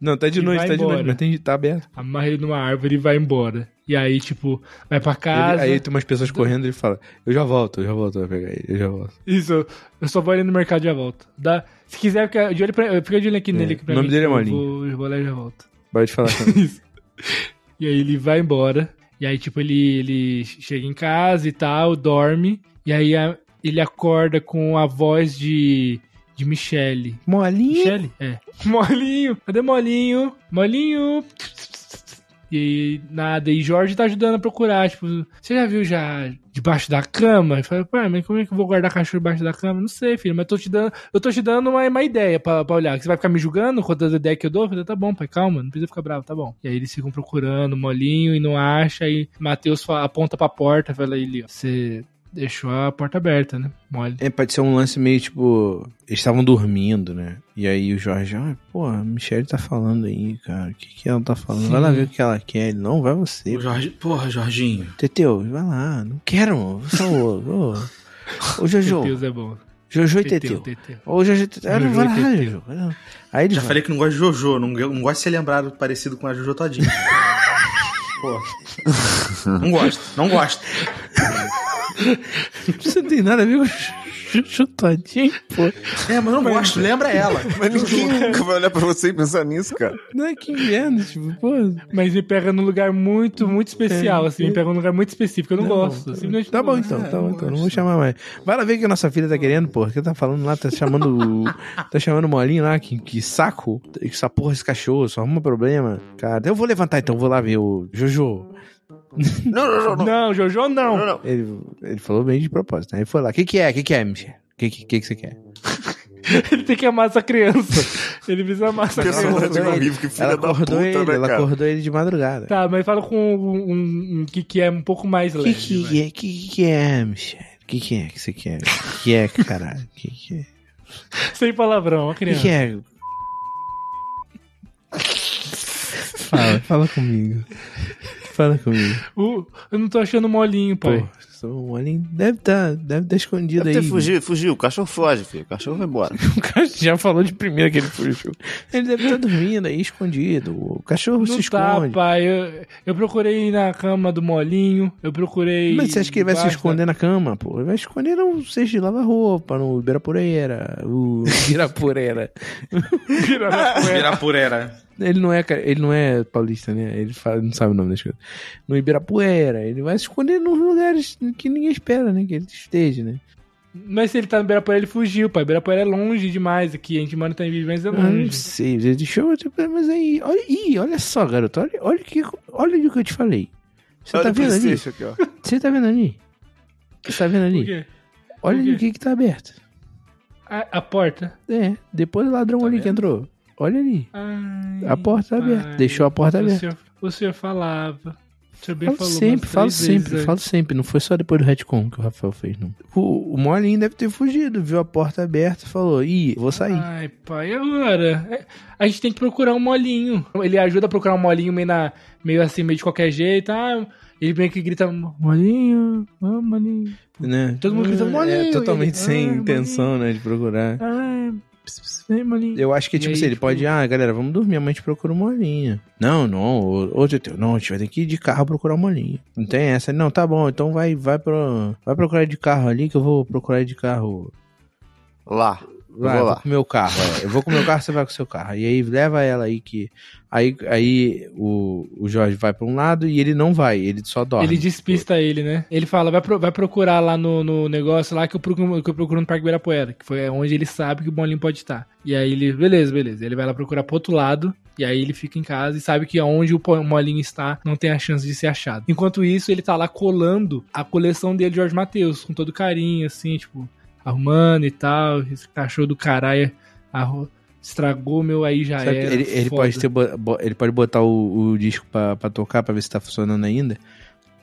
Speaker 2: Não, tá de
Speaker 1: E noite, vai tá de noite, embora. mas
Speaker 2: tem, tá aberto.
Speaker 1: Amarra ele numa árvore e vai embora. E aí, tipo, vai pra casa.
Speaker 2: aí tem umas pessoas correndo e ele fala: Eu já volto, eu já volto, eu vou pegar ele, eu já volto.
Speaker 1: Isso, eu só vou ali no mercado e já volto. Dá... Se quiser, fica de olho, pra... fica de olho aqui nele. Aqui pra
Speaker 2: O nome
Speaker 1: mim,
Speaker 2: dele é
Speaker 1: que eu
Speaker 2: Molinho.
Speaker 1: Vou... Eu vou lá e já volto.
Speaker 2: Pode falar também.
Speaker 1: E aí ele vai embora. E aí, tipo, ele, ele chega em casa e tal, dorme. E aí a- ele acorda com a voz de, de Michelle.
Speaker 2: Molinho.
Speaker 1: Michelle? É. Molinho! Cadê Molinho? Molinho! E nada, e Jorge tá ajudando a procurar, tipo, você já viu já debaixo da cama? Eu falei, pai, mas como é que eu vou guardar cachorro debaixo da cama? Não sei, filho, mas tô te dando, eu tô te dando uma, uma ideia pra, pra olhar. Você vai ficar me julgando quantas ideias que eu dou? Eu falei, tá bom, pai, calma, não precisa ficar bravo, tá bom. E aí eles ficam procurando molinho e não acha, e Matheus fala- aponta pra porta, fala ele, ó, você deixou a porta aberta, né? Mole.
Speaker 2: É, pode ser um lance meio tipo. Eles estavam dormindo, né? E aí o Jorge, ah, pô, a Michelle tá falando aí, cara. O que, que ela tá falando? Vai lá
Speaker 1: Sim.
Speaker 2: ver o que ela quer. Ele, não, vai você.
Speaker 3: Jorge, porra, Jorginho.
Speaker 2: Teteu, vai lá. Não quero, mano. Só o. Ô, ô, Jojo.
Speaker 1: Teteus é bom.
Speaker 2: Jojo e Teteu.
Speaker 1: Teteu.
Speaker 2: Ô, Jojo e Teteu. Ah, não,
Speaker 1: Jojo
Speaker 2: vai
Speaker 1: e
Speaker 2: lá,
Speaker 1: Teteu.
Speaker 2: Jojo. vai lá. né? Aí ele
Speaker 3: Já
Speaker 2: vai.
Speaker 3: falei que não gosto de Jojo, não, não gosto de ser lembrado parecido com a Jojo todinha. Pô. Não gosto, não gosto.
Speaker 2: Você não tem nada a ver com Jojo todinho, pô.
Speaker 3: É, mas eu não gosto, lembra ela.
Speaker 4: Mas ninguém nunca vai olhar pra você e pensar nisso, cara.
Speaker 2: Não é que merda, tipo, pô.
Speaker 1: Mas me pega num lugar muito, muito especial, assim. Me pega num lugar muito específico. Eu não, gosto. simplesmente
Speaker 2: Tá
Speaker 1: não
Speaker 2: bom
Speaker 1: gosto.
Speaker 2: então, tá bom então. Não vou chamar mais. Vai lá ver o que a nossa filha tá querendo, porra. Que tá falando lá, tá chamando. o- tá chamando o molinho lá, que, que saco. Que essa porra esse cachorro, só arruma problema. Cara, eu vou levantar então, vou lá ver o Jojo.
Speaker 4: Não, não, não. não.
Speaker 1: Não, Jojo, não.
Speaker 4: Não, não.
Speaker 2: Ele, ele falou bem de propósito, né? Ele foi lá. O que, que é? O que, que é, Michel? O que, que, que que você quer?
Speaker 1: Ele tem que amar essa criança. Ele precisa amar essa
Speaker 2: Pessoa
Speaker 1: criança.
Speaker 2: de mamilo.
Speaker 4: um que é
Speaker 2: Ela acordou
Speaker 4: né,
Speaker 2: ele, ela acordou ele de madrugada.
Speaker 1: Tá, mas fala com um, um- um que, que é um pouco mais
Speaker 2: O que
Speaker 1: leve. vai.
Speaker 2: que
Speaker 4: né?
Speaker 2: é, que que é, Michel? O que que é que você quer? O que que é, caralho? O que que é?
Speaker 1: Sem palavrão, a
Speaker 2: O que
Speaker 1: criança.
Speaker 2: que é? Fala, fala comigo. Fala comigo.
Speaker 1: O- eu não tô achando molinho,
Speaker 2: Pô,
Speaker 1: pai.
Speaker 2: o olhinho deve tá, deve tá escondido
Speaker 4: Deve
Speaker 2: aí.
Speaker 4: ter fugido, fugiu. O cachorro foge, filho. O cachorro vai embora.
Speaker 2: O cara já falou de primeira que ele fugiu. Ele deve estar dormindo aí, escondido. O cachorro
Speaker 1: Não
Speaker 2: se
Speaker 1: tá,
Speaker 2: esconde.
Speaker 1: pai. Eu, eu procurei na cama do molinho, eu procurei.
Speaker 2: Mas você acha que ele vai se
Speaker 1: debaixo da-
Speaker 2: esconder na cama, pô? Ele vai esconder no cesto de lavar roupa, no Ibirapureira. O Ibirapureira.
Speaker 3: É. Ibirapuera.
Speaker 2: ele, não é, ca- ele não é paulista, né? Ele fala- não sabe o nome das coisas. No Ibirapuera. Ele vai se esconder nos lugares que ninguém espera, né? Que ele esteja, né?
Speaker 1: Mas se ele tá no Ibirapuera, ele fugiu, pai. Ibirapuera é longe demais aqui. A gente mora em Itaim mas é
Speaker 2: Ah, não
Speaker 1: longe.
Speaker 2: sei, deixa eu. Mas aí, olha, ih, olha só, garoto. Olha, olha, o que, olha o que eu te falei. Você tá
Speaker 4: Olha o
Speaker 2: vendo ali?
Speaker 4: PlayStation aqui, ó.
Speaker 2: Você tá vendo ali? Você tá vendo
Speaker 1: Por
Speaker 2: ali?
Speaker 1: quê? Por
Speaker 2: Olha
Speaker 1: quê?
Speaker 2: o que que tá aberto.
Speaker 1: A, a porta.
Speaker 2: É, depois do ladrão
Speaker 1: Tá
Speaker 2: ali que entrou. Olha ali.
Speaker 1: Ah, Ai,
Speaker 2: A porta tá aberta.
Speaker 1: pai.
Speaker 2: Deixou a porta
Speaker 1: o
Speaker 2: aberta.
Speaker 1: senhor, o senhor falava. O senhor bem
Speaker 2: Falo
Speaker 1: falou
Speaker 2: sempre,
Speaker 1: umas
Speaker 2: falo
Speaker 1: três vezes né? é.
Speaker 2: sempre,
Speaker 1: antes.
Speaker 2: falo sempre. Não foi só depois do retcon que o Rafael fez, não. O, o Molinho deve ter fugido, viu a porta aberta e falou: Ih, vou sair.
Speaker 1: Ai, pai, e agora? É, A gente tem que procurar um molinho. Ele ajuda a procurar um molinho meio, na, meio assim, meio de qualquer jeito. Ah, ele meio que grita, molinho, ah, molinho.
Speaker 2: né?
Speaker 1: todo mundo gritando,
Speaker 2: Ah,
Speaker 1: "Molinho",
Speaker 2: É, totalmente
Speaker 1: ele,
Speaker 2: sem
Speaker 1: "Ah,
Speaker 2: intenção, né, de procurar.
Speaker 1: Ah, ps, ps, vem, molinho.
Speaker 2: Eu acho que,
Speaker 1: E
Speaker 2: tipo
Speaker 1: aí,
Speaker 2: assim, ele
Speaker 1: tipo-
Speaker 2: pode, ah, galera, vamos dormir, amanhã a gente procura uma olhinha. Não, não, ô, ô Teteu, é não, a gente vai ter que ir de carro procurar uma olhinha. Não tem essa, não, tá bom, então vai, vai, pro, vai procurar de carro ali que eu vou procurar de carro.
Speaker 4: Lá.
Speaker 2: Vai,
Speaker 4: vou
Speaker 2: eu
Speaker 4: lá.
Speaker 2: vou com o meu carro, é. eu vou com o meu carro, você vai com o seu carro. E aí leva ela aí que. Aí, aí o, o Jorge vai pra um lado e ele não vai, ele só dorme.
Speaker 1: Ele despista ele, né? Ele fala, vai, pro- vai procurar lá no, no negócio lá que eu, procuro, que eu procuro no Parque Ibirapuera, que foi é onde ele sabe que o molinho pode estar. E aí ele, beleza, beleza. Ele vai lá procurar pro outro lado, e aí ele fica em casa e sabe que onde o po- molinho está não tem a chance de ser achado. Enquanto isso, ele tá lá colando a coleção dele, Jorge Matheus, com todo carinho, assim, tipo, arrumando e tal. Esse cachorro do caralho arru- estragou meu aí já
Speaker 2: Sabe que
Speaker 1: era.
Speaker 2: ele, ele
Speaker 1: foda.
Speaker 2: pode ter, bo- bo- ele pode botar o, o disco pra, pra tocar pra ver se tá funcionando ainda.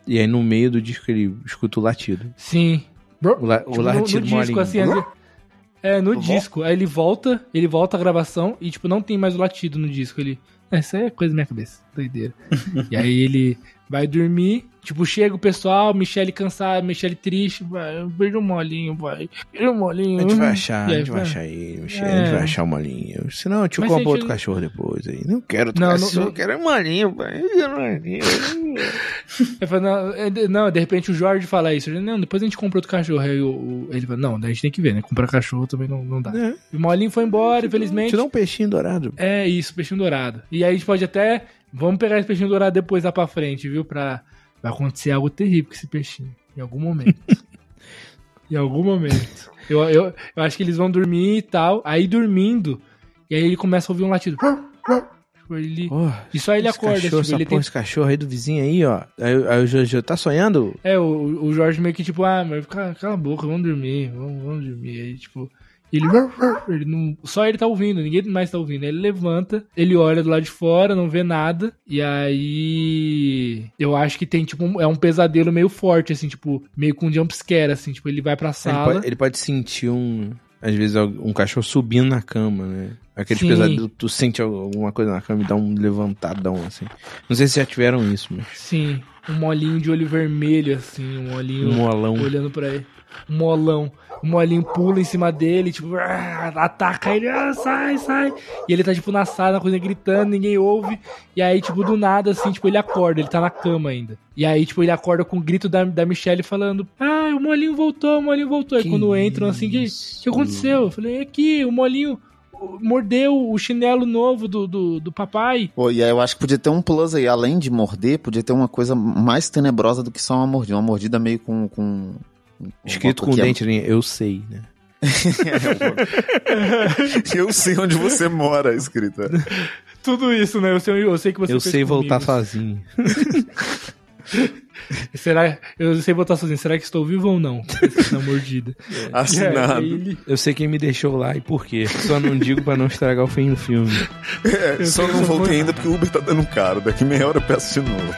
Speaker 2: E aí no meio do disco ele escuta o latido.
Speaker 1: Sim.
Speaker 2: O, la,
Speaker 1: Tipo,
Speaker 2: o
Speaker 1: no, no
Speaker 2: latido
Speaker 1: disco,
Speaker 2: molinho.
Speaker 1: assim, às vezes- É, no
Speaker 4: Vol-
Speaker 1: disco. Aí ele volta, ele volta a gravação e, tipo, não tem mais o latido no disco. Ele. "Ah, Isso aí é coisa da minha cabeça. Doideira. e aí ele vai dormir. Tipo, chega o pessoal, Michele cansado, Michele triste. Vai, beijo molinho, vai. Beijo molinho.
Speaker 2: A gente vai
Speaker 1: hum."
Speaker 2: achar,
Speaker 1: E
Speaker 2: a
Speaker 1: aí,
Speaker 2: gente vai
Speaker 1: vai.
Speaker 2: achar ele, Michel,
Speaker 1: É.
Speaker 2: a gente vai achar o molinho. Senão eu te
Speaker 1: Mas
Speaker 2: compro
Speaker 1: se a gente não-
Speaker 2: outro cachorro depois aí. Não quero outro
Speaker 1: Não, não-
Speaker 2: cachorro,
Speaker 1: não-
Speaker 2: eu quero é molinho, pai. Eu quero molinho.
Speaker 1: Ele fala, não, é, de- não, de repente o Jorge fala isso. Ele, Não, depois a gente compra outro cachorro. Aí o- o- ele fala, não, daí a gente tem que ver, né? Comprar cachorro também não, não dá.
Speaker 2: É.
Speaker 1: E o Molinho foi embora, infelizmente.
Speaker 2: Te dá um peixinho dourado.
Speaker 1: É isso, peixinho dourado. E aí a gente pode até. Vamos pegar esse peixinho dourado depois lá pra frente, viu? Pra. Vai acontecer algo terrível com esse peixinho. Em algum momento. em algum momento. Eu, eu, eu acho que eles vão dormir e tal. Aí dormindo. E aí ele começa a ouvir um latido. Tipo, ele.
Speaker 2: Porra,
Speaker 1: E só ele
Speaker 2: Oh, esse
Speaker 1: acorda,
Speaker 2: cachorro,
Speaker 1: tipo, ele
Speaker 2: essa porra,
Speaker 1: tem-
Speaker 2: esse cachorro aí do vizinho aí, ó. Aí, aí o Jojo, tá sonhando?
Speaker 1: É, o, o Jorge meio que tipo, ah, mas cala, cala a boca, vamos dormir, vamos, vamos dormir. Aí, tipo, ele, ele não, só ele tá ouvindo, ninguém mais tá ouvindo. Ele levanta, ele olha do lado de fora, não vê nada. E aí, eu acho que tem tipo, um- é um pesadelo meio forte, assim, tipo, meio com um jumpscare, assim, tipo, ele vai pra
Speaker 2: Ele
Speaker 1: sala.
Speaker 2: pode, ele pode sentir um. Às vezes um cachorro subindo na cama, né? Aqueles
Speaker 1: Sim.
Speaker 2: pesadelos, tu sente alguma coisa na cama e dá um levantadão, assim. Não sei se já tiveram isso, mas.
Speaker 1: Sim, um molinho de olho vermelho, assim, um olhinho.
Speaker 2: Um molão.
Speaker 1: olhando pra ele. Um molão. O molinho pula em cima dele, tipo, ah, ataca ele, ah, sai, sai. E ele tá, tipo, na sala, na coisa gritando, ninguém ouve. E aí, tipo, do nada, assim, tipo, ele acorda, ele tá na cama ainda. E aí, tipo, ele acorda com o grito da, da Michelle falando: Ah, o molinho voltou, o molinho voltou. E
Speaker 2: Que
Speaker 1: quando entram, assim, que,
Speaker 2: isso?
Speaker 1: que aconteceu? Eu falei: "É Aqui, o molinho o- mordeu o chinelo novo do, do, do papai.
Speaker 4: Pô, e aí eu acho que podia ter um plus aí. Além de morder, podia ter uma coisa mais tenebrosa do que só uma mordida. Uma mordida meio com. um- com
Speaker 2: Escrito com
Speaker 4: que é-
Speaker 2: dente, né? eu sei, né?
Speaker 4: eu sei onde você mora, escrita.
Speaker 1: Tudo isso, né? Eu sei, eu sei que você
Speaker 2: eu
Speaker 1: fez
Speaker 2: sei voltar
Speaker 1: comigo.
Speaker 2: sozinho.
Speaker 1: Será, eu sei botar sozinho, será que estou vivo ou não? Na mordida.
Speaker 2: É,
Speaker 1: E aí
Speaker 4: Assinado.
Speaker 1: ele-
Speaker 2: Eu sei quem me deixou lá e por quê. Só não digo pra não estragar o fim do filme.
Speaker 4: É,
Speaker 1: Eu
Speaker 4: só
Speaker 1: sei,
Speaker 4: não
Speaker 1: eu sou
Speaker 4: voltei
Speaker 1: muito-
Speaker 4: ainda porque o Uber tá dando caro. Daqui meia hora eu peço de novo.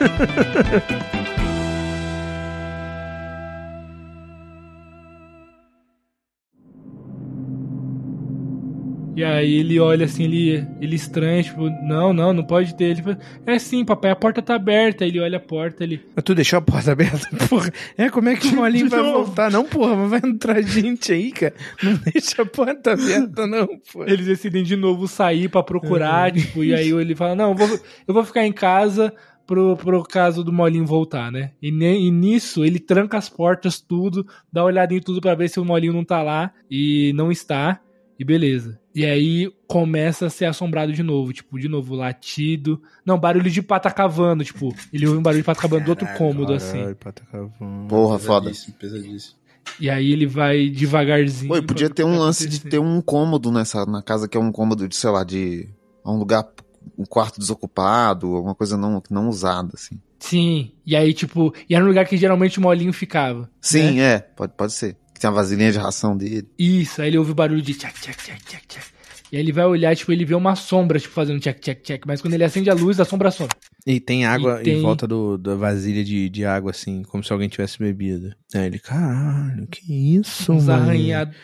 Speaker 1: E aí ele olha assim, ele, ele estranha, tipo, não, não, não pode ter. Ele fala, é sim, papai, a porta tá aberta. Aí Ele olha a porta, ele.
Speaker 2: Mas tu deixou a porta aberta? Porra, é, como é que o Molinho
Speaker 1: De
Speaker 2: vai
Speaker 1: novo.
Speaker 2: voltar? Não, porra, mas vai entrar gente aí, cara. Não deixa a porta aberta, não, porra.
Speaker 1: Eles decidem de novo sair pra procurar,
Speaker 4: É.
Speaker 1: tipo, e aí ele fala, não, eu vou, eu vou ficar em casa pro, pro caso do Molinho voltar, né? E, ne- e nisso ele tranca as portas, tudo, dá uma olhada em tudo pra ver se o Molinho não tá lá e não está, e beleza. E aí começa a ser assombrado de novo, tipo, de novo, latido. Não, barulho de pata cavando, tipo, ele ouve um barulho de pata cavando do outro cômodo, assim.
Speaker 2: Caralho, pata cavão.
Speaker 4: Porra, foda.
Speaker 3: Pesadíssimo, pesadíssimo.
Speaker 1: E aí ele vai devagarzinho.
Speaker 4: Pô, e podia
Speaker 1: pra-
Speaker 4: ter um
Speaker 1: pra
Speaker 4: lance de
Speaker 1: acontecer.
Speaker 4: ter um cômodo nessa na casa que é um cômodo de, sei lá, de um lugar, um quarto desocupado, alguma coisa não, não usada, assim.
Speaker 1: Sim. E aí, tipo, e era um lugar que geralmente o Molinho ficava.
Speaker 4: Sim, é, pode, pode ser. Que tem a vasilhinha de ração dele.
Speaker 1: Isso, aí ele ouve o barulho de tchac, tchac, tchac, tchac, tchac. E aí ele vai olhar, tipo, ele vê uma sombra, tipo, fazendo tchac, tchac, tchac. Mas quando ele acende a luz, a sombra some.
Speaker 2: E tem água
Speaker 1: E tem-
Speaker 2: em volta do, da vasilha de, de água, assim, como se alguém tivesse bebido. Aí ele, caralho, que isso,
Speaker 1: Uns
Speaker 2: mano.
Speaker 1: arranhados.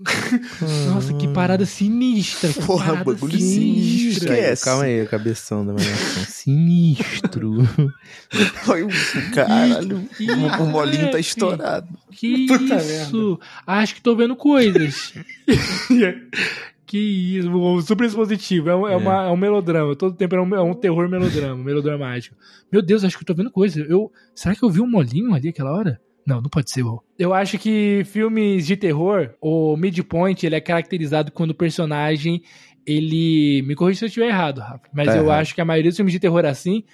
Speaker 1: Nossa, que parada sinistra. que
Speaker 4: Porra,
Speaker 1: parada
Speaker 4: bagulho sinistro.
Speaker 2: Aí,
Speaker 4: Esquece.
Speaker 2: Calma aí, o cabeção da malhação. Sinistro.
Speaker 4: Ai, o um Caralho,
Speaker 1: Ih,
Speaker 4: o, o molinho tá
Speaker 1: moleque.
Speaker 4: estourado.
Speaker 1: Que isso? Ah, Acho que tô vendo coisas. que isso? um Super expositivo. É um, é
Speaker 2: É.
Speaker 1: uma- é um melodrama. Todo tempo é um, é um terror melodrama, melodramático. Meu Deus, acho que eu tô vendo coisa. Eu, será que eu vi um molinho ali aquela hora? Não, não pode ser. ó. Eu acho que filmes de terror, o midpoint, ele é caracterizado quando o personagem, ele... Me corrija se eu estiver errado, Rafa. Mas
Speaker 2: Tá
Speaker 1: eu
Speaker 2: errado.
Speaker 1: acho que a maioria dos filmes de terror é assim,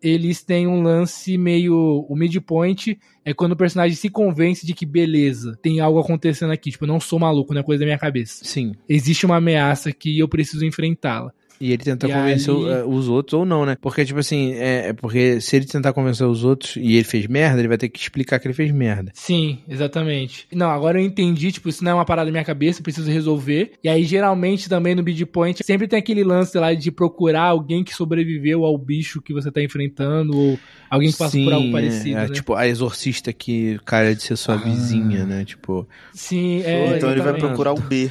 Speaker 1: eles têm um lance meio... O midpoint é quando o personagem se convence de que, beleza, tem algo acontecendo aqui. Tipo, eu não sou maluco, não é coisa da minha cabeça.
Speaker 2: Sim.
Speaker 1: Existe uma ameaça aqui e eu preciso enfrentá-la.
Speaker 2: E ele tentar
Speaker 1: E
Speaker 2: convencer
Speaker 1: aí-
Speaker 2: eh, os outros ou não, né? Porque, tipo assim, é, é porque se ele tentar convencer os outros e ele fez merda, ele vai ter que explicar que ele fez merda.
Speaker 1: Sim, exatamente. Não, agora eu entendi, tipo, isso não é uma parada da minha cabeça, eu preciso resolver. E aí, geralmente, também no midpoint, sempre tem aquele lance lá de procurar alguém que sobreviveu ao bicho que você tá enfrentando, ou alguém que passou por algo parecido, né?
Speaker 2: é, Tipo, a exorcista que cara de ser sua vizinha, né? Tipo,
Speaker 1: Sim, é,
Speaker 4: então ele vai
Speaker 1: exatamente.
Speaker 4: procurar o B.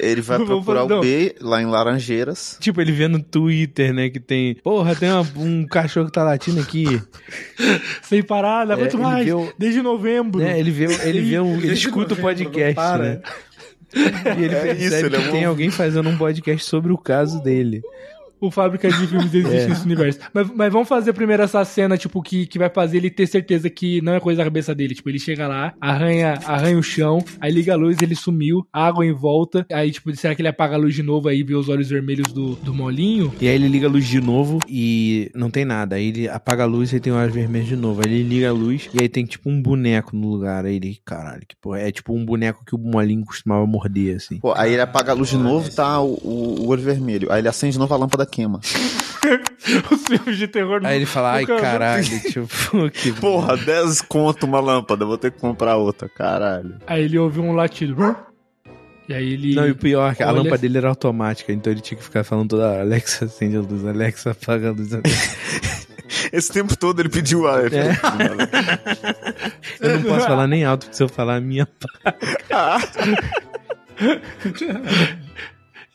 Speaker 4: ele vai
Speaker 1: Não vou
Speaker 4: procurar
Speaker 1: falar,
Speaker 4: o
Speaker 1: não.
Speaker 4: B lá em Laranjeiras.
Speaker 2: tipo, ele vê no Twitter, né, que tem, porra, tem uma- um cachorro que tá latindo aqui.
Speaker 1: Sem parar,
Speaker 2: É,
Speaker 1: levanta
Speaker 2: ele
Speaker 1: mais,
Speaker 2: vê o-
Speaker 1: desde novembro.
Speaker 2: né, ele vê, ele vê um, ele escuta o podcast,
Speaker 3: Para.
Speaker 2: né? E ele
Speaker 4: É
Speaker 2: percebe
Speaker 4: isso, ele é
Speaker 2: que
Speaker 4: um-
Speaker 2: tem alguém fazendo um podcast sobre o caso dele.
Speaker 1: O Fábrica de Filmes existe nesse universo. Mas, mas vamos fazer primeiro essa cena, tipo, que, que vai fazer ele ter certeza que não é coisa da cabeça dele. Tipo, ele chega lá, arranha, arranha o chão, aí liga a luz, ele sumiu, água em volta. Aí, tipo, será que ele apaga a luz de novo aí e vê os olhos vermelhos do, do molinho?
Speaker 2: E aí ele liga a luz de novo e não tem nada. Aí ele apaga a luz e tem olhos vermelhos de novo. Aí ele liga a luz e aí tem tipo um boneco no lugar. Aí ele, caralho, que porra. É tipo um boneco que o molinho costumava morder, assim.
Speaker 4: Pô, aí ele apaga a luz de novo, tá o, o- o olho vermelho. Aí ele acende de novo a lâmpada queima.
Speaker 1: Os filmes de terror
Speaker 2: Aí ele fala, ai
Speaker 1: Nunca-
Speaker 2: caralho, tipo, que.
Speaker 4: Porra, 10 conto uma lâmpada, vou ter que comprar outra, caralho.
Speaker 1: Aí ele ouve um latido. E aí ele.
Speaker 2: Não, e o pior, é que a
Speaker 1: Olha-
Speaker 2: lâmpada dele era automática, então ele tinha que ficar falando toda hora, Alexa acende a luz, Alexa apaga a luz.
Speaker 4: Esse tempo todo ele pediu
Speaker 2: É.
Speaker 4: a.
Speaker 2: Eu não posso falar nem alto, porque se eu falar a minha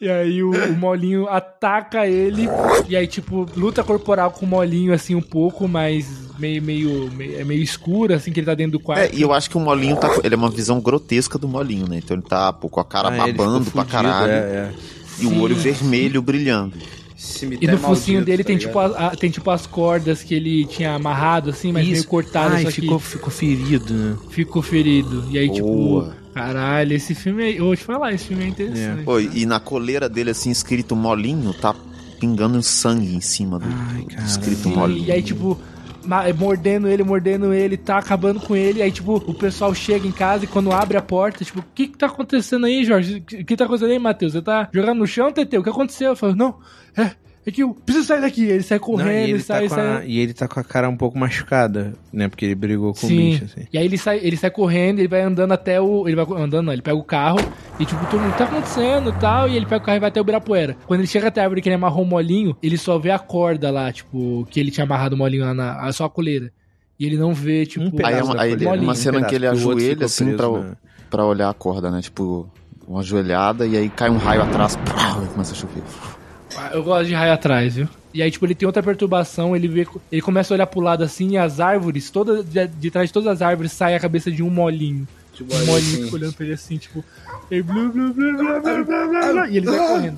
Speaker 1: E aí o, o Molinho ataca ele e aí, tipo, luta corporal com o Molinho, assim, um pouco, mas meio, meio, meio, é meio escuro, assim, que ele tá dentro do quarto.
Speaker 4: É, e eu acho que o Molinho tá. Ele é uma visão grotesca do Molinho, né? Então ele tá pô, com a cara
Speaker 2: Ah, ele ficou
Speaker 4: babando pra
Speaker 2: fudido,
Speaker 4: caralho
Speaker 2: é, é.
Speaker 4: e o
Speaker 1: Sim.
Speaker 4: olho vermelho brilhando.
Speaker 1: E no focinho
Speaker 3: tá
Speaker 4: tá
Speaker 1: dele tem, tipo, a- a- tem, tipo, as cordas que ele tinha amarrado, assim, mas
Speaker 2: Isso.
Speaker 1: meio cortado,
Speaker 2: Ai,
Speaker 1: só
Speaker 2: ficou, ficou ferido, né?
Speaker 1: que ficou ferido. E aí,
Speaker 4: Boa.
Speaker 1: tipo, caralho, esse filme aí, eu vou te falar, esse filme é interessante.
Speaker 4: Pô, e na coleira dele, assim, escrito Molinho, tá pingando sangue em cima do.
Speaker 2: Ai, cara. é
Speaker 4: escrito
Speaker 1: E,
Speaker 4: Molinho.
Speaker 1: e aí, tipo, ma- mordendo ele, mordendo ele, tá acabando com ele. Aí, tipo, o pessoal chega em casa e quando abre a porta, tipo, o que que tá acontecendo aí, Jorge? O que que tá acontecendo aí, Matheus? Você tá jogando no chão, Teteu? O que aconteceu? Eu falo, não, é, É que eu preciso sair daqui. Ele sai correndo,
Speaker 2: Não, e,
Speaker 1: ele
Speaker 2: ele
Speaker 1: sai,
Speaker 2: tá com
Speaker 1: sai.
Speaker 2: a, e ele tá com a cara um pouco machucada, né? Porque ele brigou com o
Speaker 1: Sim.
Speaker 2: bicho, assim.
Speaker 1: E aí ele sai, ele sai correndo, ele vai andando até o. Ele vai andando, não, ele pega o carro e tipo, todo mundo tá acontecendo e tal. E ele pega o carro e vai até o Ibirapuera. Quando ele chega até a árvore que ele amarrou o molinho, ele só vê a corda lá, tipo, que ele tinha amarrado o molinho lá na. Só a coleira. E ele não vê, tipo.
Speaker 2: um
Speaker 4: Aí é uma- aí
Speaker 1: é uma
Speaker 4: cena em que ele ajoelha, assim, pra o-
Speaker 2: né?
Speaker 4: Pra olhar a corda, né? Tipo, uma ajoelhada e aí cai um raio atrás, pau, e começa a chover.
Speaker 1: Eu gosto de raio atrás, viu? E aí, tipo, ele tem outra perturbação, ele vê. Ele começa a olhar pro lado assim, e as árvores, todas, de, de trás de todas as árvores, sai a cabeça de um molinho.
Speaker 3: Tipo,
Speaker 1: Um
Speaker 3: olha
Speaker 1: molinho
Speaker 3: assim.
Speaker 1: fica olhando pra ele assim, tipo. E, blu, blu, blu, blu, blu, blu, blu, blu, e ele vai correndo.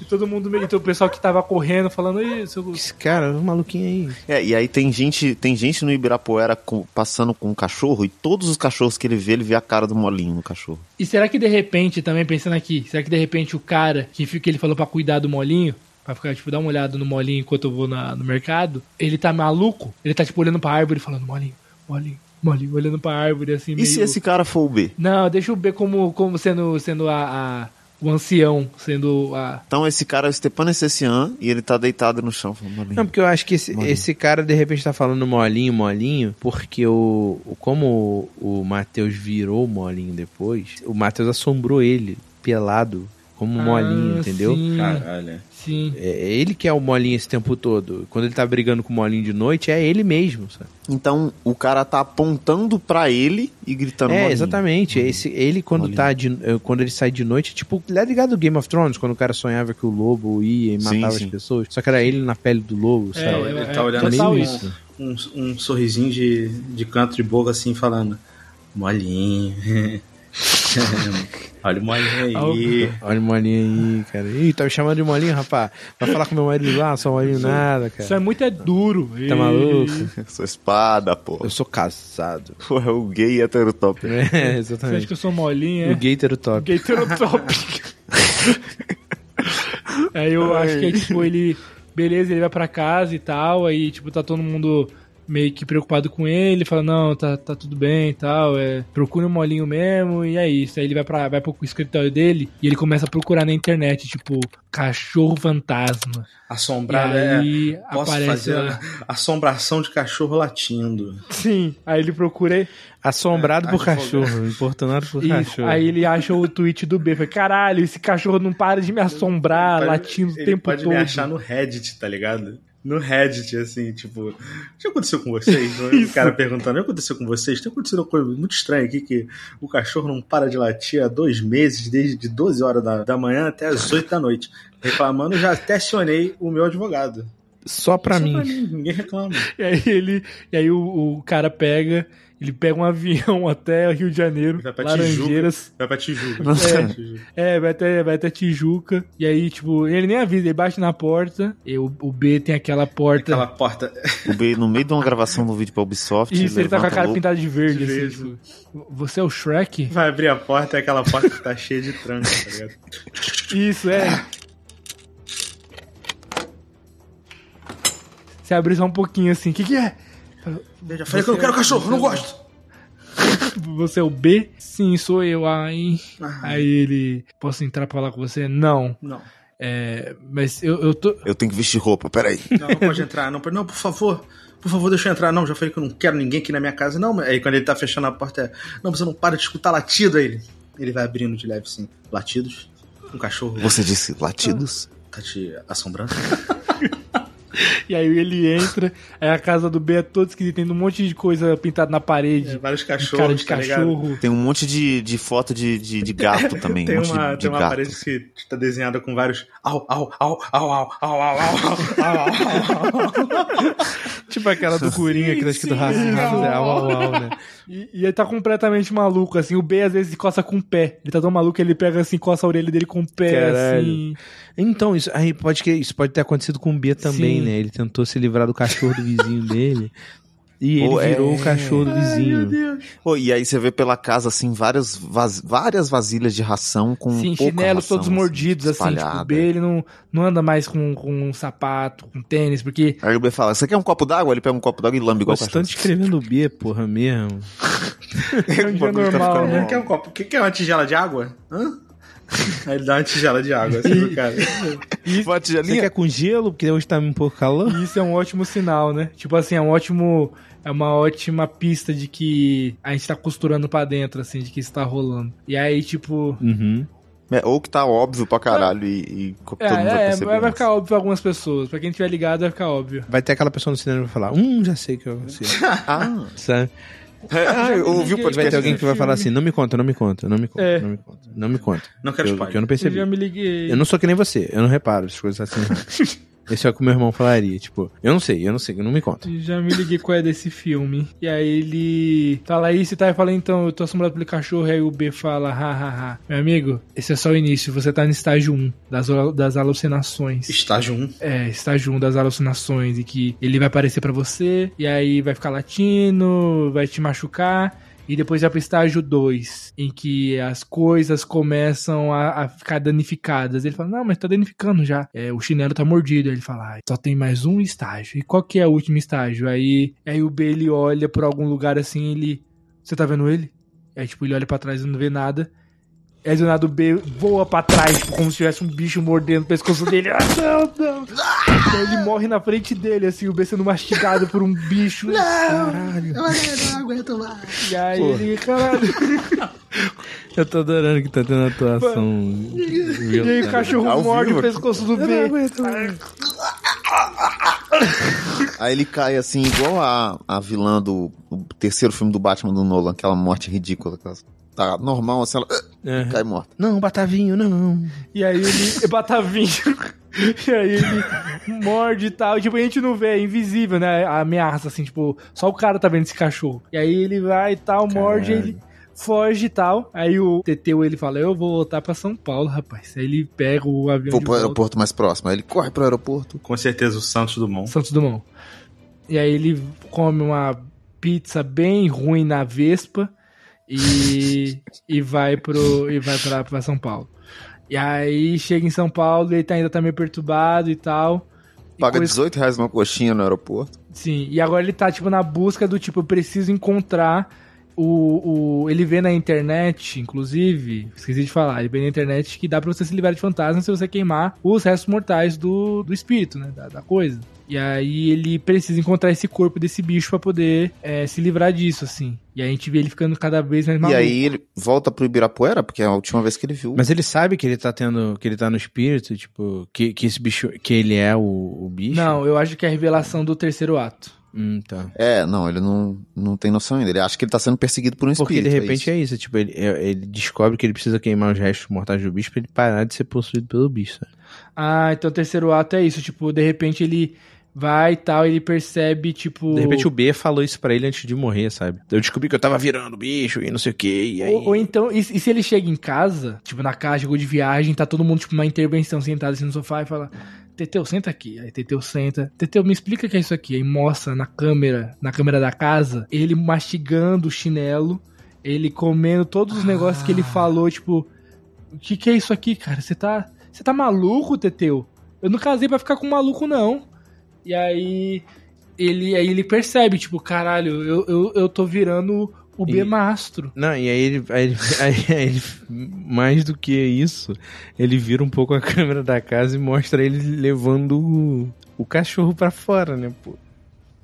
Speaker 1: E todo mundo meio. Então o pessoal que tava correndo falando, "Ih, seu.
Speaker 2: Esse cara, um maluquinho aí.
Speaker 4: É, e aí tem gente, tem gente no Ibirapuera com- passando com um cachorro e todos os cachorros que ele vê, ele vê a cara do molinho no cachorro.
Speaker 1: E será que de repente, também pensando aqui, será que de repente o cara que, fi- que ele falou pra cuidar do molinho, pra ficar, tipo, dar uma olhada no molinho enquanto eu vou na- no mercado, ele tá maluco? Ele tá, tipo, olhando pra árvore e falando, molinho, molinho, molinho, olhando pra árvore assim,
Speaker 4: E se esse cara for o B?
Speaker 1: Não, deixa o B como, como sendo, sendo a, a- o ancião, sendo a.
Speaker 4: Então esse cara é o Stepan Essessian e ele tá deitado no chão. Falando, "Molinho,
Speaker 2: Não, porque eu acho que esse,
Speaker 4: Molinho.
Speaker 2: esse cara de repente tá falando molinho, molinho, porque o, o- como o, o Matheus virou molinho depois, o Matheus assombrou ele, pelado, como um molinho,
Speaker 1: Ah,
Speaker 2: entendeu?
Speaker 1: Sim,
Speaker 3: Caralho.
Speaker 1: sim.
Speaker 2: É é ele que é o molinho esse tempo todo. Quando ele tá brigando com o molinho de noite, é ele mesmo, sabe?
Speaker 4: Então o cara tá apontando pra ele e gritando.
Speaker 2: É,
Speaker 4: tá "Molinho".
Speaker 2: exatamente. Esse, ele, quando,
Speaker 4: Molinho.
Speaker 2: tá de, eh, quando ele sai de noite, é tipo, tá ligado o Game of Thrones, quando o cara sonhava que o lobo ia e
Speaker 4: Sim,
Speaker 2: matava
Speaker 4: sim.
Speaker 2: as pessoas? Só que era ele na pele do lobo,
Speaker 1: É,
Speaker 2: sabe?
Speaker 3: Ele
Speaker 1: é,
Speaker 3: tá olhando
Speaker 2: É
Speaker 1: total
Speaker 2: meio
Speaker 3: assim,
Speaker 1: isso.
Speaker 2: isso.
Speaker 3: Um, um sorrisinho de, de canto de boca, assim, falando: Molinho. Olha o molinho aí.
Speaker 2: Olha o molinho aí, cara. Ih, tá me chamando de molinho, rapaz. Vai falar com meu marido lá, só molinho nada,
Speaker 1: Isso
Speaker 2: cara.
Speaker 1: é muito é duro.
Speaker 2: Tá maluco?
Speaker 4: é Sua espada, pô.
Speaker 2: Eu sou casado.
Speaker 4: Pô, é o gay heterotop.
Speaker 2: É,
Speaker 1: Você acha
Speaker 2: exatamente.
Speaker 1: que eu sou é? molinha?
Speaker 2: O gator o top.
Speaker 1: Gatorotop. aí eu acho que é tipo, ele. Beleza, ele vai pra casa e tal. Aí, tipo, tá todo mundo meio que preocupado com ele. Fala, não, tá, tá tudo bem e tal. É, procura um molinho mesmo. E é isso. Aí ele vai, pra, vai pro escritório dele e ele começa a procurar na internet, tipo, cachorro fantasma. E
Speaker 3: Assombrado é.
Speaker 1: aí
Speaker 3: Posso
Speaker 1: aparece.
Speaker 3: fazer né?
Speaker 1: lá.
Speaker 3: assombração de cachorro latindo.
Speaker 1: Sim, aí ele procura.
Speaker 2: Assombrado
Speaker 3: É,
Speaker 2: por
Speaker 3: advogado.
Speaker 2: cachorro, importunado por
Speaker 1: Isso,
Speaker 2: cachorro.
Speaker 1: aí ele acha o tweet do B. Fala, caralho, esse cachorro não para de me assombrar,
Speaker 3: Ele pode-
Speaker 1: latindo o
Speaker 3: ele
Speaker 1: tempo
Speaker 3: pode
Speaker 1: todo.
Speaker 3: me achar no Reddit, tá ligado? No Reddit, assim, tipo, o que aconteceu com vocês? o cara perguntando, o que aconteceu com vocês? Tem acontecido uma coisa muito estranha aqui, que o cachorro não para de latir há dois meses, desde de 12 horas da, da manhã até as 8 da noite. Reclamando, já até acionei o meu advogado.
Speaker 2: Só pra
Speaker 3: Só
Speaker 2: mim.
Speaker 3: Ninguém reclama.
Speaker 1: E aí ele. E aí o, o cara pega. Ele pega um avião até Rio de Janeiro,
Speaker 3: Vai pra
Speaker 1: Laranjeiras.
Speaker 3: Vai pra Tijuca.
Speaker 4: Nossa.
Speaker 3: Vai pra Tijuca.
Speaker 1: É, vai até, vai até Tijuca. E aí, tipo, ele nem avisa, ele bate na porta. E o, o B tem aquela porta.
Speaker 3: Aquela porta.
Speaker 4: O B no meio de uma gravação do vídeo pra Ubisoft.
Speaker 1: Isso, ele tá com a
Speaker 4: levanta
Speaker 1: cara
Speaker 4: louco.
Speaker 1: pintada de verde,
Speaker 3: De
Speaker 1: assim,
Speaker 3: verde.
Speaker 1: tipo, Você é o Shrek?
Speaker 3: Vai abrir a porta, é aquela porta que tá cheia de tranca, tá ligado?
Speaker 1: Isso, é. Você abre só um pouquinho assim, o que, que é?
Speaker 3: Eu já falei que eu não quero um cachorro, não gosto.
Speaker 1: Você é o B? Sim, sou eu. Ai. Aí ele. Posso entrar pra falar com você? Não.
Speaker 3: Não.
Speaker 1: É, mas eu, eu tô.
Speaker 4: Eu tenho que vestir roupa, peraí.
Speaker 3: Não, não pode entrar, não. Não, por favor. Por favor, deixa eu entrar. Não, já falei que eu não quero ninguém aqui na minha casa. Não, mas- aí quando ele tá fechando a porta, é, não, você não para de escutar latido aí. ele. Ele vai abrindo de leve, sim. Latidos? Um cachorro
Speaker 4: Você disse latidos?
Speaker 3: tá te assombrando?
Speaker 1: E aí ele entra, aí a casa do B é toda esquisita, tem um monte de coisa pintada na parede.
Speaker 3: vários
Speaker 1: de
Speaker 3: cachorros,
Speaker 1: cara de
Speaker 3: É, tá ligado?
Speaker 1: cachorro.
Speaker 4: Tem um monte de, de foto de, de, de gato também.
Speaker 3: Tem
Speaker 4: um monte
Speaker 3: uma,
Speaker 4: de, de
Speaker 3: tem uma
Speaker 4: gato.
Speaker 3: parede que tá desenhada com vários. Au, au, au, au, au, au, au, au, au, au, au, au.
Speaker 2: Tipo aquela do Coringa que tá escrito raça, raça, é au, au, au, né?
Speaker 1: E, e ele tá completamente maluco, assim. O B às vezes coça com o pé. Ele tá tão maluco que ele pega assim, coça a orelha dele com o pé,
Speaker 2: Caralho.
Speaker 1: assim.
Speaker 2: Então, isso, aí pode que, isso pode ter acontecido com o B também,
Speaker 1: Sim.
Speaker 2: né? Ele tentou se livrar do cachorro do vizinho dele. E ele
Speaker 4: Pô, é.
Speaker 2: virou o cachorro do vizinho.
Speaker 4: Pô, e aí você vê pela casa, assim, várias, vas- várias vasilhas de ração com
Speaker 1: Sim,
Speaker 4: pouca
Speaker 1: chinelos
Speaker 4: ração,
Speaker 1: todos mordidos, assim. Tipo, o
Speaker 4: espalhada.
Speaker 1: B ele não, não anda mais com, com um sapato, com tênis, porque.
Speaker 4: Aí o B fala, você quer um copo d'água? Ele pega um copo d'água e lambe igual
Speaker 2: Vocês estão
Speaker 4: cachorro.
Speaker 2: descrevendo o B, porra, mesmo.
Speaker 1: É um dia
Speaker 4: bagulho tá
Speaker 1: normal,
Speaker 4: ficando
Speaker 1: né?
Speaker 4: bom.
Speaker 3: Quer um copo? Quer quer uma tigela de água? Hã? Aí ele dá uma tigela de água, assim, pro cara.
Speaker 1: E
Speaker 4: Uma
Speaker 2: Você
Speaker 4: tigelinha?
Speaker 2: quer com gelo? Porque hoje tá um pouco calor.
Speaker 1: isso é um ótimo sinal, né? Tipo assim, é um ótimo. É uma ótima pista de que a gente tá costurando pra dentro, assim, de que isso tá rolando. E aí, tipo.
Speaker 4: Hum,
Speaker 2: Uhum.
Speaker 4: É, ou que tá óbvio pra caralho e, e co-
Speaker 1: É,
Speaker 4: todo mundo tá vai
Speaker 1: é,
Speaker 4: perceber. né?
Speaker 1: vai
Speaker 4: antes.
Speaker 1: ficar óbvio pra algumas pessoas. Pra quem tiver ligado, vai ficar óbvio.
Speaker 2: Vai ter aquela pessoa no cinema que vai falar, hum, já sei que eu... sei."
Speaker 4: Ah,
Speaker 2: Sabe?
Speaker 4: ah eu ouvi
Speaker 1: Vai
Speaker 2: E vai
Speaker 4: o podcast.
Speaker 2: ter alguém que vai falar assim, não me conta, não me conta, não me conta,
Speaker 1: É.
Speaker 2: não me conta, não me conta.
Speaker 3: Não quero
Speaker 2: eu,
Speaker 3: spoiler.
Speaker 2: que eu não
Speaker 1: Eu
Speaker 2: percebi.
Speaker 1: já me liguei.
Speaker 2: Eu não sou que nem você, eu não reparo essas coisas assim. Esse é o que o meu irmão falaria, tipo, eu não sei, eu não sei, não me conta.
Speaker 1: Já me liguei qual é desse filme. E aí ele fala isso e tá, e fala, então, eu tô assombrado pelo cachorro. E aí o B fala, ha, ha, ha. Meu amigo, esse é só o início. Você tá no estágio 1 das, das alucinações.
Speaker 3: Estágio 1.
Speaker 1: É, estágio 1 das alucinações. E que ele vai aparecer pra você, e aí vai ficar latindo, vai te machucar. E depois vai pro estágio 2, em que as coisas começam a, a ficar danificadas. Ele fala, não, mas tá danificando já. É, o chinelo tá mordido. Aí ele fala, ah, só tem mais um estágio. E qual que é o último estágio? Aí, aí o B, ele olha por algum lugar assim, ele... Você tá vendo ele? Aí, tipo, ele olha pra trás e não vê nada. Aí, do nada, o B voa pra trás, tipo, como se tivesse um bicho mordendo o pescoço dele. Ah, não, não! Aí ele morre na frente dele, assim, o B sendo mastigado por um bicho. Caralho.
Speaker 3: Eu não aguento mais.
Speaker 1: E aí
Speaker 2: Porra.
Speaker 1: ele, caralho.
Speaker 2: Eu tô adorando que tá tendo atuação.
Speaker 1: E aí o cachorro
Speaker 4: Né? Ao
Speaker 1: morde
Speaker 4: vivo
Speaker 1: o pescoço do B.
Speaker 4: Aí ele cai assim, igual a, a vilã do do terceiro filme do Batman do Nolan, aquela morte ridícula. Aquela, tá normal, assim, ela ah,
Speaker 2: É.
Speaker 4: cai morta.
Speaker 2: Não, Batavinho, não.
Speaker 1: E aí ele. É Batavinho. E aí ele morde e tal. Tipo, a gente não vê, é invisível, né? A ameaça, assim, tipo, só o cara tá vendo esse cachorro. E aí ele vai e tal, morde,
Speaker 2: Caralho.
Speaker 1: ele foge e tal. Aí o Teteu ele fala: Eu vou voltar pra São Paulo, rapaz. Aí ele pega o avião.
Speaker 4: Vou
Speaker 1: de
Speaker 4: pro
Speaker 1: volta.
Speaker 4: aeroporto mais próximo. Aí ele corre pro aeroporto.
Speaker 3: Com certeza o Santos Dumont.
Speaker 1: Santos Dumont. E aí ele come uma pizza bem ruim na Vespa e, e vai pro e vai pra, pra São Paulo. E aí chega em São Paulo, ele tá, ainda tá meio perturbado e tal. E
Speaker 4: Paga
Speaker 1: coisa-
Speaker 4: 18 reais uma coxinha no aeroporto.
Speaker 1: Sim, e agora ele tá, tipo, na busca do tipo, eu preciso encontrar o, o. Ele vê na internet, inclusive, esqueci de falar, ele vê na internet que dá pra você se livrar de fantasmas se você queimar os restos mortais do, do espírito, né? Da, da coisa. E aí ele precisa encontrar esse corpo desse bicho pra poder eh, se livrar disso, assim. E aí a gente vê ele ficando cada vez mais maluco.
Speaker 4: E aí ele volta pro Ibirapuera, porque é a última vez que ele viu.
Speaker 2: Mas ele sabe que ele tá tendo. que ele tá no espírito, tipo, que, que esse bicho. que ele é o, o bicho?
Speaker 1: Não, eu acho que é a revelação do terceiro ato.
Speaker 2: Hum, tá.
Speaker 4: É, não, ele não, não tem noção ainda. Ele acha que ele tá sendo perseguido por um
Speaker 2: Porque
Speaker 4: espírito.
Speaker 2: de repente é isso, tipo, ele, é- ele descobre que ele precisa queimar os restos mortais do bicho pra ele parar de ser possuído pelo bicho. sabe?
Speaker 1: Ah, então o terceiro ato é isso, tipo, de repente ele vai e tal, ele percebe, tipo.
Speaker 2: De repente o B falou isso pra ele antes de morrer, sabe? Eu descobri que eu tava virando bicho e não sei o que, e aí.
Speaker 1: Ou, ou então, e, se e se ele chega em casa, tipo, na casa, chegou de viagem, tá todo mundo, tipo, uma intervenção, sentado assim no sofá e fala, Teteu, senta aqui. Aí Teteu senta, Teteu, me explica o que é isso aqui. Aí mostra na câmera, na câmera da casa, ele mastigando o chinelo, ele comendo todos os negócios que
Speaker 2: Ah.
Speaker 1: ele falou, tipo, o que que é isso aqui, cara? Você tá, você tá maluco, Teteu? Eu não casei pra ficar com um maluco, não. E aí... Ele, aí ele percebe, tipo, caralho, eu, eu, eu tô virando o B
Speaker 2: E-
Speaker 1: mastro.
Speaker 2: Não, e aí ele, aí ele- aí- aí ele- Mais do que isso, ele vira um pouco a câmera da casa e mostra ele levando o, o cachorro pra fora, né, pô?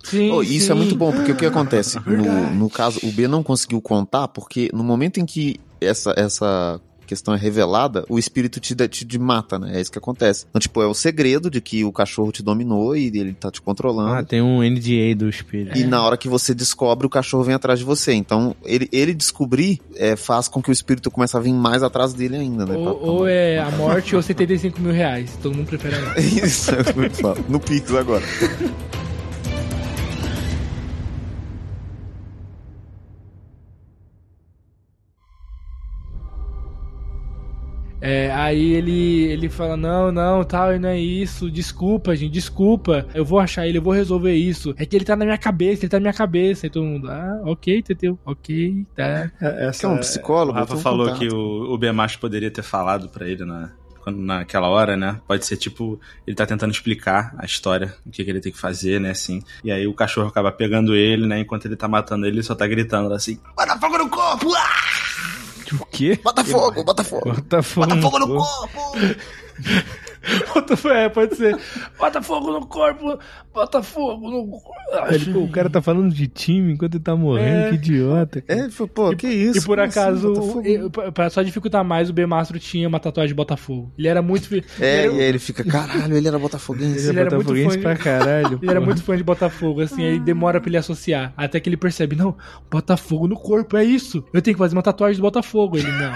Speaker 1: Sim,
Speaker 4: Oh, isso
Speaker 1: sim.
Speaker 4: é muito bom, porque o que acontece? No,
Speaker 1: Verdade.
Speaker 4: no caso, o B não conseguiu contar, porque no momento em que essa, essa questão é revelada, o espírito te, dá- te, te mata, né? É isso que acontece. Então, tipo, é o segredo de que o cachorro te dominou e ele tá te
Speaker 2: Ah,
Speaker 4: controlando.
Speaker 2: tem um NDA do espelho.
Speaker 4: E na hora que você descobre, o cachorro vem atrás de você. Então, ele, ele descobrir é, faz com que o espírito comece a vir mais atrás dele ainda, né? Pra-
Speaker 1: Ou,
Speaker 4: pra-
Speaker 1: ou é a morte ou 75 mil reais. Todo mundo prefere a morte.
Speaker 4: Isso, é o que eu falo. no Pix agora.
Speaker 1: É, aí ele, ele fala: Não, não, tal, não é isso. Desculpa, gente, desculpa. Eu vou achar ele, eu vou resolver isso. É que ele tá na minha cabeça, ele tá na minha cabeça. Aí todo mundo, ah, ok, Teteu, ok, tá.
Speaker 4: Que é um
Speaker 3: O
Speaker 4: psicólogo.
Speaker 3: Rafa
Speaker 4: tem um
Speaker 3: falou
Speaker 4: contato.
Speaker 3: que o, o Bemacho poderia ter falado pra ele na, quando- naquela hora, né? Pode ser tipo, ele tá tentando explicar a história, o que, que ele tem que fazer, né? Assim. E aí o cachorro acaba pegando ele, né? Enquanto ele tá matando ele, ele só tá gritando assim.
Speaker 2: O quê?
Speaker 4: Bota fogo, bota fogo.
Speaker 2: Bota fogo,
Speaker 4: Bota fogo no
Speaker 2: corpo.
Speaker 4: corpo!
Speaker 1: Bota fogo, é, pode ser. Bota fogo no corpo, bota fogo no. Ah,
Speaker 2: Ele, pô, o cara tá falando de time enquanto ele tá morrendo,
Speaker 1: É.
Speaker 2: que idiota. cara.
Speaker 4: É, ele falou, pô, que isso?
Speaker 1: E por
Speaker 4: como assim,
Speaker 1: acaso,
Speaker 4: bota fogo?
Speaker 1: eu- pra- pra só dificultar mais, o B Mastro tinha uma tatuagem de Botafogo. Ele era muito. fi-
Speaker 4: É,
Speaker 1: ele,
Speaker 4: e aí ele fica, caralho, ele era botafoguense.
Speaker 1: ele era muito
Speaker 2: botafoguense
Speaker 1: fã-
Speaker 2: pra caralho.
Speaker 1: ele era
Speaker 2: pô.
Speaker 1: muito fã de Botafogo, assim, aí demora pra ele associar. Até que ele percebe, não, Botafogo no corpo, é isso. Eu tenho que fazer uma tatuagem do Botafogo. Ele, não.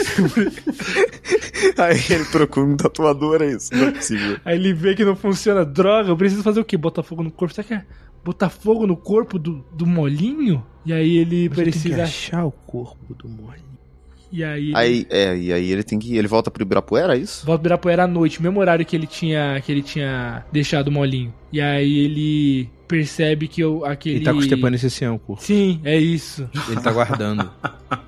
Speaker 4: Aí ele procura um tatuador, é isso? Não é possível.
Speaker 1: Aí ele vê que não funciona. Droga, eu preciso fazer o quê? Botar fogo no corpo? Será que é botar fogo no corpo do, do molinho? E aí ele
Speaker 2: Você tem que
Speaker 1: precisa.
Speaker 2: achar o corpo do Molinho.
Speaker 1: E aí.
Speaker 4: Aí, é, e aí ele tem que. Ele volta pro Ibirapuera, é isso?
Speaker 1: Volta pro Ibirapuera à noite, o mesmo horário que ele tinha, que ele tinha deixado o molinho. E aí ele percebe que eu, aquele.
Speaker 2: Ele tá costepando esse ancião, o corpo.
Speaker 1: Sim, é isso.
Speaker 2: Ele tá guardando.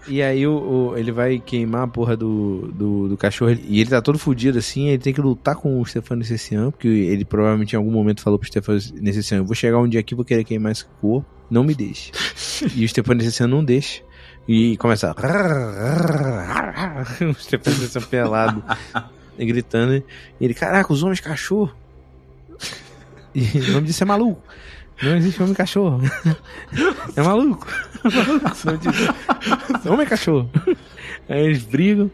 Speaker 2: e aí o, o- ele vai queimar a porra do, do, do cachorro. E ele tá todo fudido assim. Ele tem que lutar com o Stefano Necessian. Porque ele provavelmente em algum momento falou pro Stefano Necessian: Eu vou chegar um dia aqui, vou querer queimar esse corpo. Não me deixe. e o Stefano Necessian não deixa. E começa. a- o Stefano Necessian pelado. e gritando. E ele: Caraca, os homens cachorro. E o nome disso é maluco. Não existe homem cachorro. É maluco. Não diz- Homem é cachorro. Aí É, eles brigam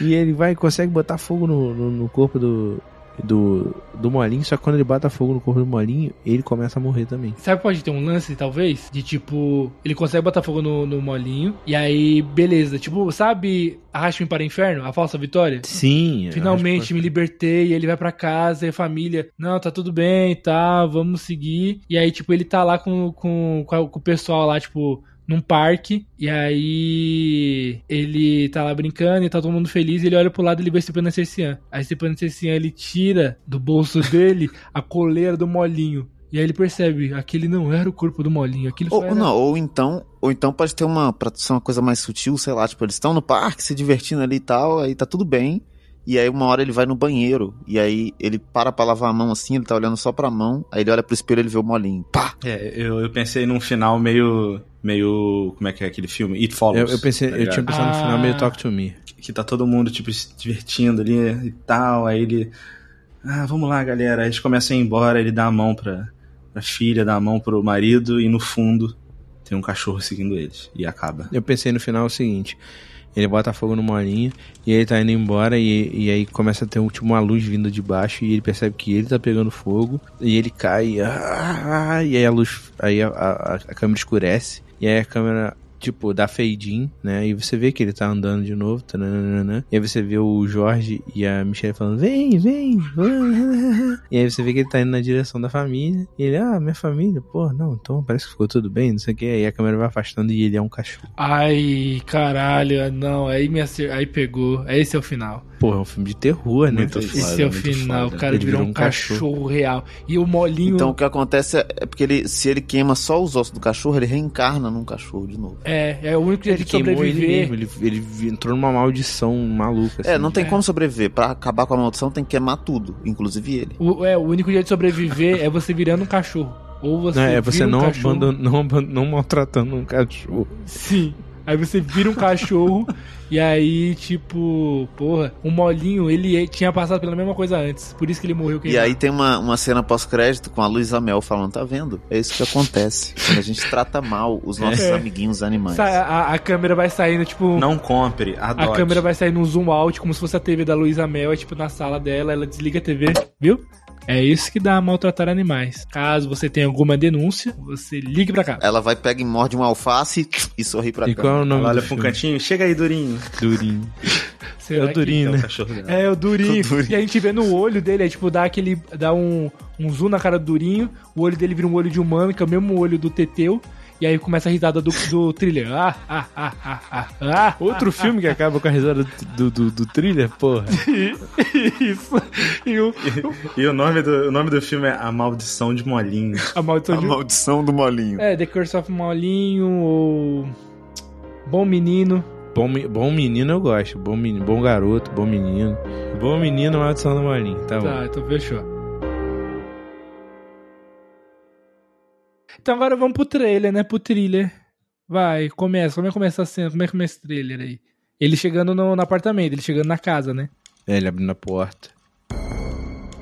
Speaker 2: e ele vai consegue botar fogo no, no, no corpo do, do, do Molinho. Só que quando ele bota fogo no corpo do Molinho, ele começa a morrer também.
Speaker 1: Sabe, que pode ter um lance, talvez? De tipo, ele consegue botar fogo no, no molinho. E aí, beleza. Tipo, sabe, arraste-me para o inferno? A falsa vitória?
Speaker 2: Sim.
Speaker 1: Finalmente me libertei, ele vai pra casa, e a família, não, tá tudo bem, tá, vamos seguir. E aí, tipo, ele tá lá com, com, com, a- com o pessoal lá, tipo, num parque, e aí ele tá lá brincando e tá todo mundo feliz, e ele olha pro lado e ele vê Stepano Essercian. Aí Stepano Essercian, ele tira do bolso dele a coleira do molinho. E aí ele percebe, aquele não era o corpo do molinho, aquele
Speaker 4: Ou,
Speaker 1: só era...
Speaker 4: Oh, não, ou então, ou então pode ter uma, pra ser uma coisa mais sutil, sei lá, tipo, eles estão no parque se divertindo ali e tal, aí tá tudo bem. E aí uma hora ele vai no banheiro, e aí ele para pra lavar a mão assim, ele tá olhando só pra mão, aí ele olha pro espelho e ele vê o molinho. Pá!
Speaker 3: É, eu, eu pensei num final meio. meio. como é que é aquele filme? It Follows.
Speaker 2: Eu, eu pensei,
Speaker 3: tá
Speaker 2: eu
Speaker 3: ligado?
Speaker 2: tinha pensado no final meio Talk to Me.
Speaker 3: Que tá todo mundo, tipo, se divertindo ali e tal. Aí ele. Ah, vamos lá, galera. Aí Eles começam a ir embora, ele dá a mão pra, pra filha, dá a mão pro marido, e no fundo tem um cachorro seguindo eles. E acaba.
Speaker 2: Eu pensei no final o seguinte: ele bota fogo no molinho e ele tá indo embora e, e aí começa a ter um, tipo, uma luz vindo de baixo e ele percebe que ele tá pegando fogo e ele cai ah, e aí a luz, aí a, a- a câmera escurece e aí a câmera tipo dá fade in, né? E você vê que ele tá andando de novo, tananana, e aí você vê o Jorge e a Michelle falando vem, vem, vamos. e aí você vê que ele tá indo na direção da família e ele ah minha família, pô não, então parece que ficou tudo bem, não sei o que, aí a câmera vai afastando e ele é um cachorro.
Speaker 1: Ai, caralho, não, aí me acer... aí pegou, esse é o final.
Speaker 2: Porra, é um filme de terror, né?
Speaker 3: Muito
Speaker 1: Esse
Speaker 3: Foda,
Speaker 1: é o
Speaker 3: muito
Speaker 1: final,
Speaker 3: foda.
Speaker 1: o cara
Speaker 2: Ele
Speaker 1: virou
Speaker 2: virou
Speaker 1: um
Speaker 2: um
Speaker 1: cachorro, real. E o molinho.
Speaker 4: Então o que acontece é é porque ele, se ele queima só os ossos do cachorro, ele reencarna num cachorro de novo.
Speaker 1: é, é o único jeito
Speaker 2: Ele
Speaker 1: de
Speaker 2: queimou ele
Speaker 1: sobreviver.
Speaker 2: mesmo, ele, ele entrou numa maldição maluca. assim.
Speaker 4: É, não tem
Speaker 1: é.
Speaker 4: como sobreviver. Pra acabar com a maldição tem que queimar tudo, inclusive ele.
Speaker 1: O, é, o único jeito de sobreviver é você virando um cachorro. Ou você.
Speaker 2: Não, é você
Speaker 1: vira um
Speaker 2: não,
Speaker 1: cachorro.
Speaker 2: abandon, não, abandon- não maltratando um cachorro.
Speaker 1: Sim. Aí você vira um cachorro e aí, tipo, porra, o molinho, ele tinha passado pela mesma coisa antes. Por isso que ele morreu
Speaker 4: E
Speaker 1: queimado.
Speaker 4: aí tem uma, uma cena pós-crédito com a Luísa Mel falando, tá vendo? É isso que acontece quando a gente trata mal os nossos
Speaker 1: É.
Speaker 4: amiguinhos animais.
Speaker 1: Sa- a, a câmera vai saindo, tipo.
Speaker 3: Não compre,
Speaker 1: A
Speaker 3: adote.
Speaker 1: câmera vai sair num zoom out, como se fosse a TV da Luísa Mel, é tipo na sala dela, ela desliga a TV, viu? É isso que dá maltratar animais. Caso você tenha alguma denúncia, você ligue pra cá.
Speaker 4: Ela vai, pega e morde um alface e sorri pra
Speaker 2: E qual
Speaker 4: cá.
Speaker 2: é o nome
Speaker 3: Ela olha
Speaker 2: do
Speaker 3: pra um
Speaker 2: filme?
Speaker 3: cantinho, chega aí, Durinho.
Speaker 2: Durinho. É
Speaker 1: Será
Speaker 2: o
Speaker 1: que-
Speaker 3: Que
Speaker 2: Durinho,
Speaker 3: é o
Speaker 2: né?
Speaker 3: cachorro dela.
Speaker 1: É, o Durinho.
Speaker 4: O Durinho.
Speaker 1: E a gente vê no olho dele, é tipo, dá aquele. dá um, um zoom na cara do Durinho, o olho dele vira um olho de humano, que é o mesmo olho do Teteu, e aí começa a risada do, do thriller. Ah, ah, ah, ah, ah, ah.
Speaker 2: Outro filme que acaba com a risada do, do, do thriller, porra.
Speaker 1: Isso. E o,
Speaker 3: E o nome, do, o nome do filme é A Maldição de Molinho.
Speaker 1: a maldição
Speaker 4: A
Speaker 1: de
Speaker 4: maldição do molinho.
Speaker 1: É, The Curse of Molinho ou Bom Menino.
Speaker 2: Bom, me- bom menino eu gosto. Bom, menino, bom garoto, bom menino. Bom menino, maldição do Molinho. Tá, bom.
Speaker 1: Tá, então fechou. Então agora vamos pro trailer, né? Pro thriller Vai, começa. Como é que começa a cena? Como é que começa esse trailer aí? Ele chegando no, no apartamento, ele chegando na casa, né?
Speaker 2: É, ele abrindo a porta.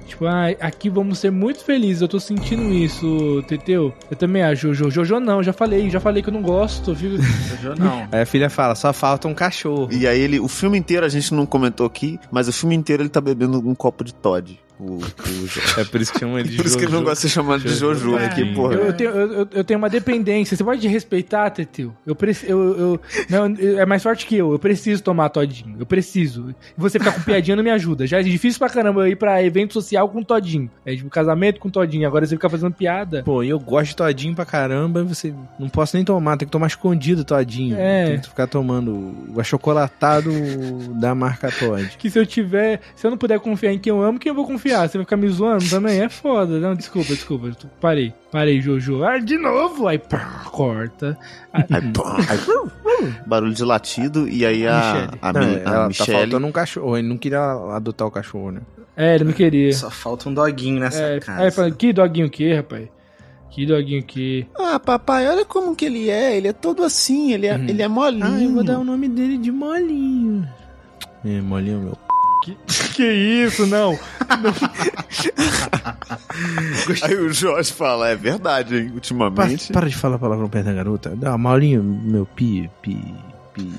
Speaker 1: Tipo, ah, aqui vamos ser muito felizes, eu tô sentindo isso, Teteu. Eu também acho, Jojo. Jojo não, já falei, já falei que eu não gosto, viu?
Speaker 3: Jojo não.
Speaker 2: Aí a filha fala, só falta um cachorro.
Speaker 4: E aí ele, o filme inteiro a gente não comentou aqui, mas o filme inteiro ele tá bebendo um copo de Todd. O, o Jo-
Speaker 2: É por isso que chamam ele de
Speaker 4: Por isso que ele não
Speaker 2: Jojo.
Speaker 4: gosta de ser chamado de Jojo, né? Que,
Speaker 2: Sim.
Speaker 4: porra.
Speaker 1: Eu, eu tenho, eu, eu- eu tenho uma dependência. Você pode respeitar, Teteu? Eu preciso. Eu, eu- não, eu- é mais forte que eu. Eu preciso tomar todinho. Eu preciso. Você ficar com piadinha não me ajuda. Já é difícil pra caramba eu ir pra evento social com todinho. É tipo casamento com todinho. Agora você ficar fazendo piada.
Speaker 2: Pô, eu gosto de todinho pra caramba, você não posso nem tomar, tem que tomar escondido todinho.
Speaker 1: É.
Speaker 2: Tem que ficar tomando o achocolatado da marca Todd.
Speaker 1: Que se eu tiver. Se eu não puder confiar em quem eu amo, quem eu vou confiar? Você vai ficar me zoando também? É foda. Não, desculpa, desculpa. Parei. Parei, Jojo. Ah, de novo. Aí, pá, corta.
Speaker 4: Aí, pum, aí, barulho de latido, e aí a,
Speaker 1: Michele.
Speaker 4: a,
Speaker 2: Não,
Speaker 4: mi- a
Speaker 2: ela tá
Speaker 4: Michelle.
Speaker 2: faltando um cachorro, ele não queria adotar o cachorro, né?
Speaker 1: É, ele não queria.
Speaker 3: Só falta um doguinho nessa
Speaker 1: É,
Speaker 3: casa.
Speaker 1: aí falando, que doguinho que, rapaz? Que doguinho que.
Speaker 4: Ah, papai, olha como que ele é. Ele é todo assim, ele é,
Speaker 2: Uhum.
Speaker 4: ele é molinho.
Speaker 2: o nome dele de Molinho. É, Molinho meu.
Speaker 1: Que isso, não.
Speaker 4: Aí o Jorge fala, é verdade, hein?
Speaker 2: Para,
Speaker 4: Ultimamente.
Speaker 2: para de falar palavrão perto da garota. Não, Molinho meu pi, pi, pi.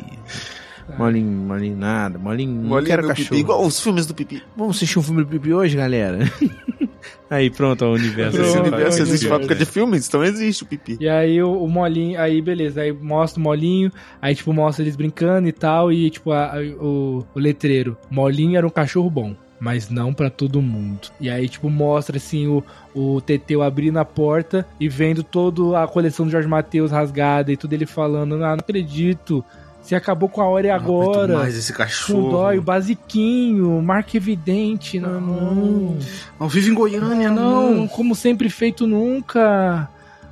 Speaker 2: Molinho, Molinho nada, Molinho, não
Speaker 4: Molinho
Speaker 2: quero
Speaker 4: meu
Speaker 2: cachorro.
Speaker 4: pipi, igual os filmes do pipi.
Speaker 2: Vamos assistir um filme do Pipi hoje, galera? Aí pronto, o universo.
Speaker 1: Pronto,
Speaker 4: Esse universo
Speaker 1: olha,
Speaker 4: existe
Speaker 1: olha.
Speaker 4: uma época de filmes, então existe o pipi.
Speaker 1: E aí o, o molinho, aí beleza, aí mostra o molinho, aí tipo mostra eles brincando e tal, e tipo a- a- o, o letreiro, molinho era um cachorro bom. Mas não pra todo mundo. E aí, tipo, mostra assim o, o Teteu abrindo a porta e vendo toda a coleção do Jorge Matheus rasgada e tudo ele falando: Ah, não acredito. Você acabou com a hora e
Speaker 3: Não aguento
Speaker 1: agora.
Speaker 3: mais esse
Speaker 1: Com
Speaker 3: cachorro.
Speaker 1: dói, o basiquinho, marca evidente. Não, não.
Speaker 3: Não vive em Goiânia,
Speaker 1: Não,
Speaker 3: não.
Speaker 1: como sempre feito nunca.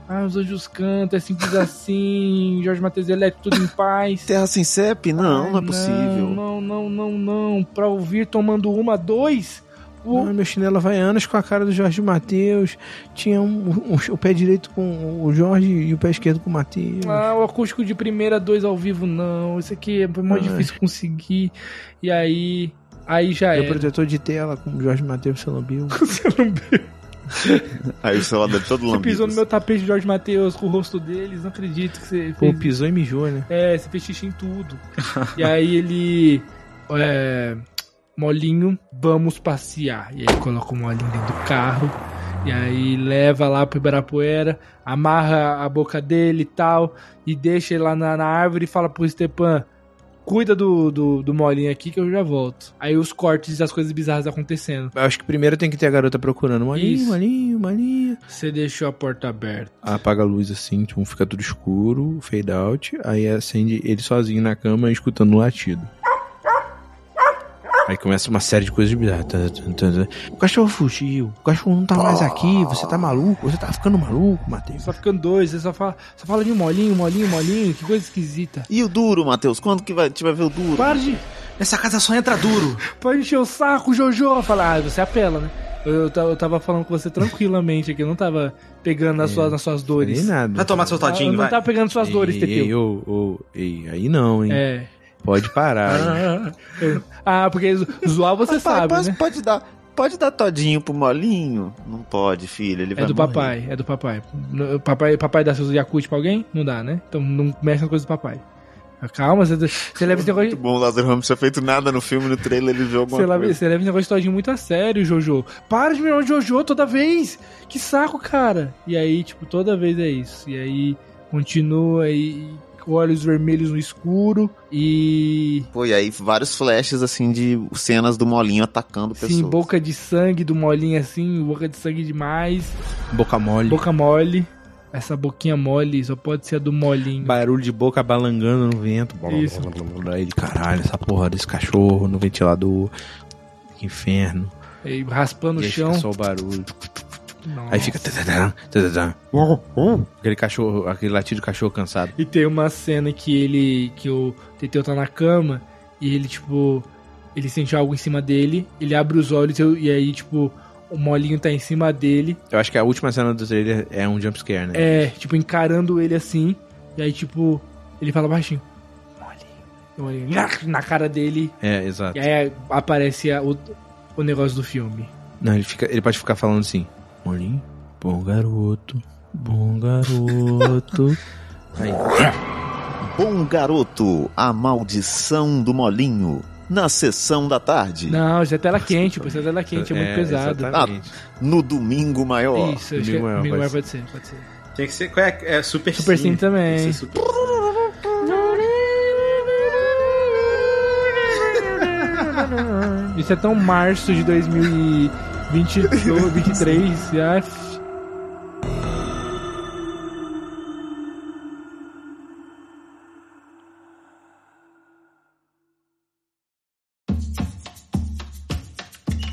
Speaker 1: Ah, os anjos cantam, é simples assim. Jorge Matheus Eletro, tudo em paz.
Speaker 4: Terra sem CEP? Não,
Speaker 1: Ai,
Speaker 4: não é possível.
Speaker 1: Não, não, não, não. Pra ouvir tomando uma, dois. O-
Speaker 3: é
Speaker 2: Ah, meu chinelo havaianas com a cara do Jorge Matheus. Tinha um- um- o pé direito com o Jorge e o pé esquerdo com o Matheus.
Speaker 1: Ah, o acústico de primeira, dois ao vivo, não. Isso aqui é mais
Speaker 2: Ai.
Speaker 1: difícil conseguir. E aí. Aí já
Speaker 2: Meu
Speaker 1: é.
Speaker 2: protetor de tela com o Jorge Matheus Salambio.
Speaker 4: Aí o celular dele todo
Speaker 1: Você
Speaker 4: lambido. assim.
Speaker 1: pisou no meu tapete, Jorge Matheus, com o rosto deles. Não acredito que você
Speaker 2: Pô,
Speaker 1: fez
Speaker 2: pisou e mijou, né?
Speaker 1: É, você fez xixi em tudo. e aí ele. É, molinho, vamos passear. E aí coloca o molinho dentro do carro. E aí leva lá pro Ibirapuera, amarra a boca dele e tal. E deixa ele lá na, na árvore e fala pro Stepan. Cuida do, do, do molinho aqui que eu já volto. Aí os cortes e as coisas bizarras acontecendo.
Speaker 2: Eu acho que primeiro tem que ter a garota procurando.
Speaker 1: Isso.
Speaker 2: Malinho, malinho, malinho.
Speaker 1: Você deixou a porta aberta.
Speaker 2: Apaga a luz assim, tipo, fica tudo escuro, fade out. Aí acende ele sozinho na cama, escutando um latido. Aí começa uma série de coisas bizarras. Tan, tan, tan, tan. O cachorro fugiu. O cachorro não tá mais aqui. Você tá maluco? Você tá ficando maluco, Matheus?
Speaker 1: Só ficando dois, você só fala, só fala de molinho, molinho, molinho. Que coisa esquisita.
Speaker 4: E o duro, Matheus? Quando que vai, a gente vai ver o duro?
Speaker 1: Para de,
Speaker 3: Nessa casa só entra duro.
Speaker 1: Pode encher o saco, Jojo. Falar, ah, você apela, né? Eu, eu ta- eu tava falando com você tranquilamente aqui, eu não tava pegando
Speaker 4: É,
Speaker 1: nas, suas, nas suas
Speaker 2: Nem
Speaker 1: dores.
Speaker 2: nada.
Speaker 3: Vai tomar seu
Speaker 1: Ah, Eu
Speaker 3: todinho,
Speaker 1: não
Speaker 3: vai.
Speaker 1: tava pegando suas dores,
Speaker 2: ei,
Speaker 1: Teteu.
Speaker 2: ei, ô, ô, ei, aí não, hein?
Speaker 1: É.
Speaker 2: Pode parar. hein?
Speaker 1: Ah, porque zo- zoar você
Speaker 4: Papai,
Speaker 1: sabe,
Speaker 4: pode,
Speaker 1: né?
Speaker 4: pode dar, pode dar todinho pro molinho? Não pode, filho. Ele vai
Speaker 1: É do
Speaker 4: morrer.
Speaker 1: papai, é do papai. No- Papai, papai dá seus Yakult pra alguém? Não dá, né? Então não mexe nas coisas do papai. Calma, você, você leva esse negócio
Speaker 4: Muito bom, o Lázaro Ramos tinha feito nada no filme, no trailer ele viu alguma
Speaker 1: Você leva,
Speaker 4: coisa.
Speaker 1: você leva esse negócio de todinho muito a sério, Jojo. Para de me chamar de Jojo toda vez! Que saco, cara! E aí, tipo, toda vez é isso. E aí, continua e e olhos vermelhos no escuro e.
Speaker 4: Pô, e aí vários flashes, assim, de cenas do molinho atacando pessoas.
Speaker 1: Sim, boca de sangue do molinho assim, boca de sangue demais,
Speaker 2: Boca mole.
Speaker 1: ah. boca mole. Essa boquinha mole só pode ser a do molinho.
Speaker 2: Barulho de boca balangando no vento. Blá, blá,
Speaker 1: Isso.
Speaker 2: blá, blá, blá. Aí ele, caralho, essa porra desse cachorro no ventilador. Que inferno.
Speaker 1: E raspando
Speaker 2: E
Speaker 1: o
Speaker 2: aí
Speaker 1: chão.
Speaker 2: fica só o barulho.
Speaker 1: Nossa.
Speaker 2: Aí fica. tadadã, tadadã. Aquele cachorro, aquele latido de cachorro cansado.
Speaker 1: E tem uma cena que ele. que o Teteu tá na cama e ele, tipo. Ele sente algo em cima dele, ele abre os olhos e e aí, tipo, o molinho tá em cima dele.
Speaker 2: Eu acho que a última cena do trailer é um jumpscare, né?
Speaker 1: É, tipo, encarando ele assim. E aí, tipo, ele fala baixinho. Molly. Eu olhei na cara dele.
Speaker 2: É, exato.
Speaker 1: E aí aparece a- o, o negócio do filme.
Speaker 2: Não, ele, fica, ele pode ficar falando assim: Molinho, bom garoto, bom garoto. Aí,
Speaker 4: Bom garoto, a maldição do molinho. Na sessão da tarde.
Speaker 1: Não, isso é tela quente, pô. Isso é tela quente, é muito pesado.
Speaker 2: exatamente.
Speaker 4: No domingo maior.
Speaker 1: Isso, acho que é,
Speaker 2: Miguel,
Speaker 1: Miguel
Speaker 2: pode
Speaker 1: pode ser, pode ser.
Speaker 3: Tem que ser. Qual é? É Super
Speaker 1: Super Sim também.
Speaker 3: Tem que ser Super Sim.
Speaker 1: Isso é tão março de 2022, 23, já.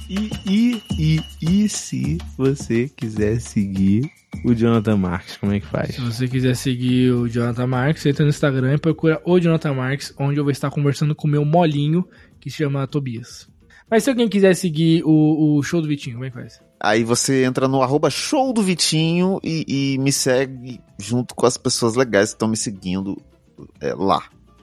Speaker 2: E, e, e, e se você quiser seguir o Jonathan Marques, como é que faz?
Speaker 1: Se você quiser seguir o Jonathan Marques, entra no Instagram e procura o Jonathan Marques, onde eu vou estar conversando com o meu molinho, que se chama Tobias. Mas se alguém quiser seguir o, o show do Vitinho, como é que faz?
Speaker 4: Aí você entra no arroba show do Vitinho e, e me segue junto com as pessoas legais que estão me seguindo é, lá.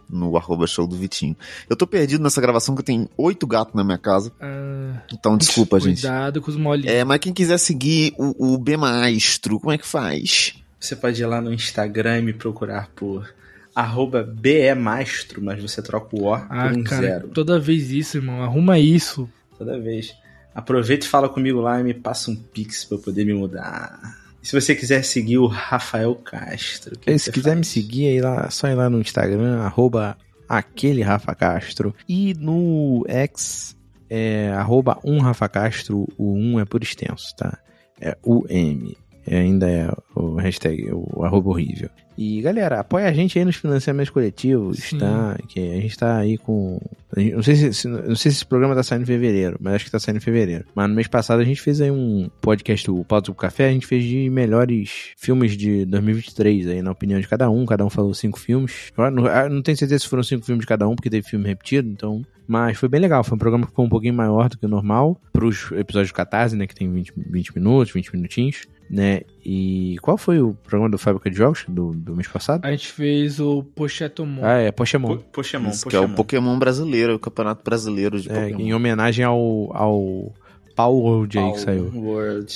Speaker 4: No arroba show do Vitinho. Eu tô perdido nessa gravação que tem oito gatos na minha casa.
Speaker 1: Ah,
Speaker 4: Então desculpa, gente.
Speaker 1: Cuidado com os molinhos.
Speaker 4: É, mas quem quiser seguir o, o B Maestro, como é que faz?
Speaker 3: Você pode ir lá no Instagram e me procurar por arroba BEMastro, mas você troca o O
Speaker 1: Ah,
Speaker 3: por um
Speaker 1: cara,
Speaker 3: zero
Speaker 1: toda vez isso, irmão. Arruma isso.
Speaker 3: toda vez. Aproveita e fala comigo lá e me passa um pix pra eu poder me mudar. E se você quiser seguir o Rafael Castro. o que
Speaker 2: E
Speaker 3: que
Speaker 2: Se
Speaker 3: você
Speaker 2: quiser
Speaker 3: faz?
Speaker 2: me seguir, é ir lá, só ir lá no Instagram, arroba aquele Rafa Castro. E no X, é arroba um Rafa Castro, o um é por extenso, tá? É UM. E ainda é o hashtag, o arroba horrível. E galera, apoia a gente aí nos financiamentos coletivos,
Speaker 1: Sim.
Speaker 2: tá? Que a gente tá aí com. a gente- Não sei, se, se- não sei se esse programa tá saindo em fevereiro, mas acho que tá saindo em fevereiro. Mas no mês passado a gente fez aí um podcast, o Pauta do Café, a gente fez de melhores filmes de 2023, aí na opinião de cada um. Cada um falou cinco filmes. Eu não, eu não tenho certeza se foram cinco filmes de cada um, porque teve filme repetido, então. Mas foi bem legal. Foi um programa que ficou um pouquinho maior do que o normal. Pros episódios do Catarse, né? Que tem 20, 20 minutos, 20 minutinhos, né? E qual foi o programa do Fábrica de Jogos do, do mês passado?
Speaker 1: A gente fez o Pochetomon.
Speaker 2: Ah, é Pokémon.
Speaker 3: Po- Pokémon,
Speaker 4: Isso que é
Speaker 3: Pokémon.
Speaker 4: o Pokémon brasileiro, é o campeonato brasileiro de
Speaker 2: É, em
Speaker 4: Pokémon.
Speaker 2: homenagem ao, ao Power J que saiu.
Speaker 3: World.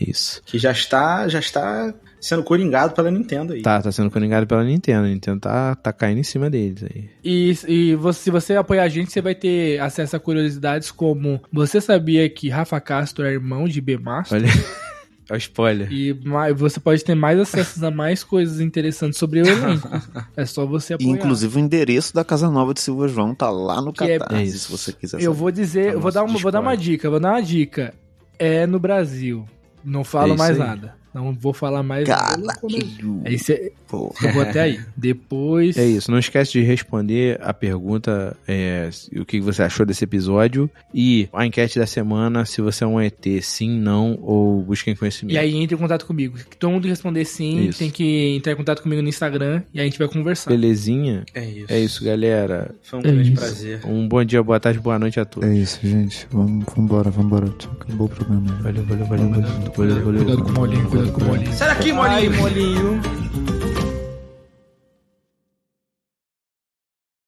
Speaker 2: É isso.
Speaker 3: Que já está, já está sendo coringado pela Nintendo aí.
Speaker 2: Tá, tá sendo coningado pela Nintendo. A Nintendo tá, tá caindo em cima deles aí.
Speaker 1: E, e você- se você apoiar a gente, você vai ter acesso a curiosidades como você sabia que Rafa Castro é irmão de B. Mastro?
Speaker 2: Olha. É o spoiler.
Speaker 1: E ma- você pode ter mais acesso a mais coisas interessantes sobre o elenco. É só você
Speaker 4: E,
Speaker 1: apoiar.
Speaker 4: inclusive o endereço da Casa Nova de Silva João tá lá no
Speaker 1: Que é-
Speaker 4: Catarse,
Speaker 2: É isso.
Speaker 4: se você quiser
Speaker 1: eu
Speaker 4: saber.
Speaker 1: vou dizer,
Speaker 2: Tá
Speaker 1: eu vou dar, uma,
Speaker 2: nosso
Speaker 1: vou dar uma
Speaker 2: Discord.
Speaker 1: dica, vou dar uma dica. É no Brasil. Não falo
Speaker 2: É isso
Speaker 1: mais
Speaker 2: aí.
Speaker 1: nada. Não vou falar mais nada.
Speaker 4: Caralho,
Speaker 1: É isso, é-
Speaker 4: pô.
Speaker 1: eu vou até aí. Depois.
Speaker 2: É isso. Não esquece de responder a pergunta é, o que você achou desse episódio. E a enquete da semana, se você é um ET, sim, não, ou busquem conhecimento.
Speaker 1: E aí entra em contato comigo. Todo mundo que responder sim,
Speaker 2: Isso.
Speaker 1: tem que entrar em contato comigo no Instagram e aí a gente vai conversar.
Speaker 2: Belezinha?
Speaker 3: É isso.
Speaker 2: É isso, galera.
Speaker 3: Foi um
Speaker 1: É
Speaker 3: grande
Speaker 1: isso.
Speaker 3: prazer.
Speaker 2: Um bom dia, boa tarde, boa noite a todos.
Speaker 6: É isso, gente. Vamos, vambora, vambora. Acabou o programa. né?
Speaker 2: Valeu, valeu, valeu, valeu,
Speaker 1: Cuidado
Speaker 2: valeu, valeu.
Speaker 1: com o molinho, cuidado com o molinho.
Speaker 3: Sai daqui, Molinho!
Speaker 1: Ai, molinho.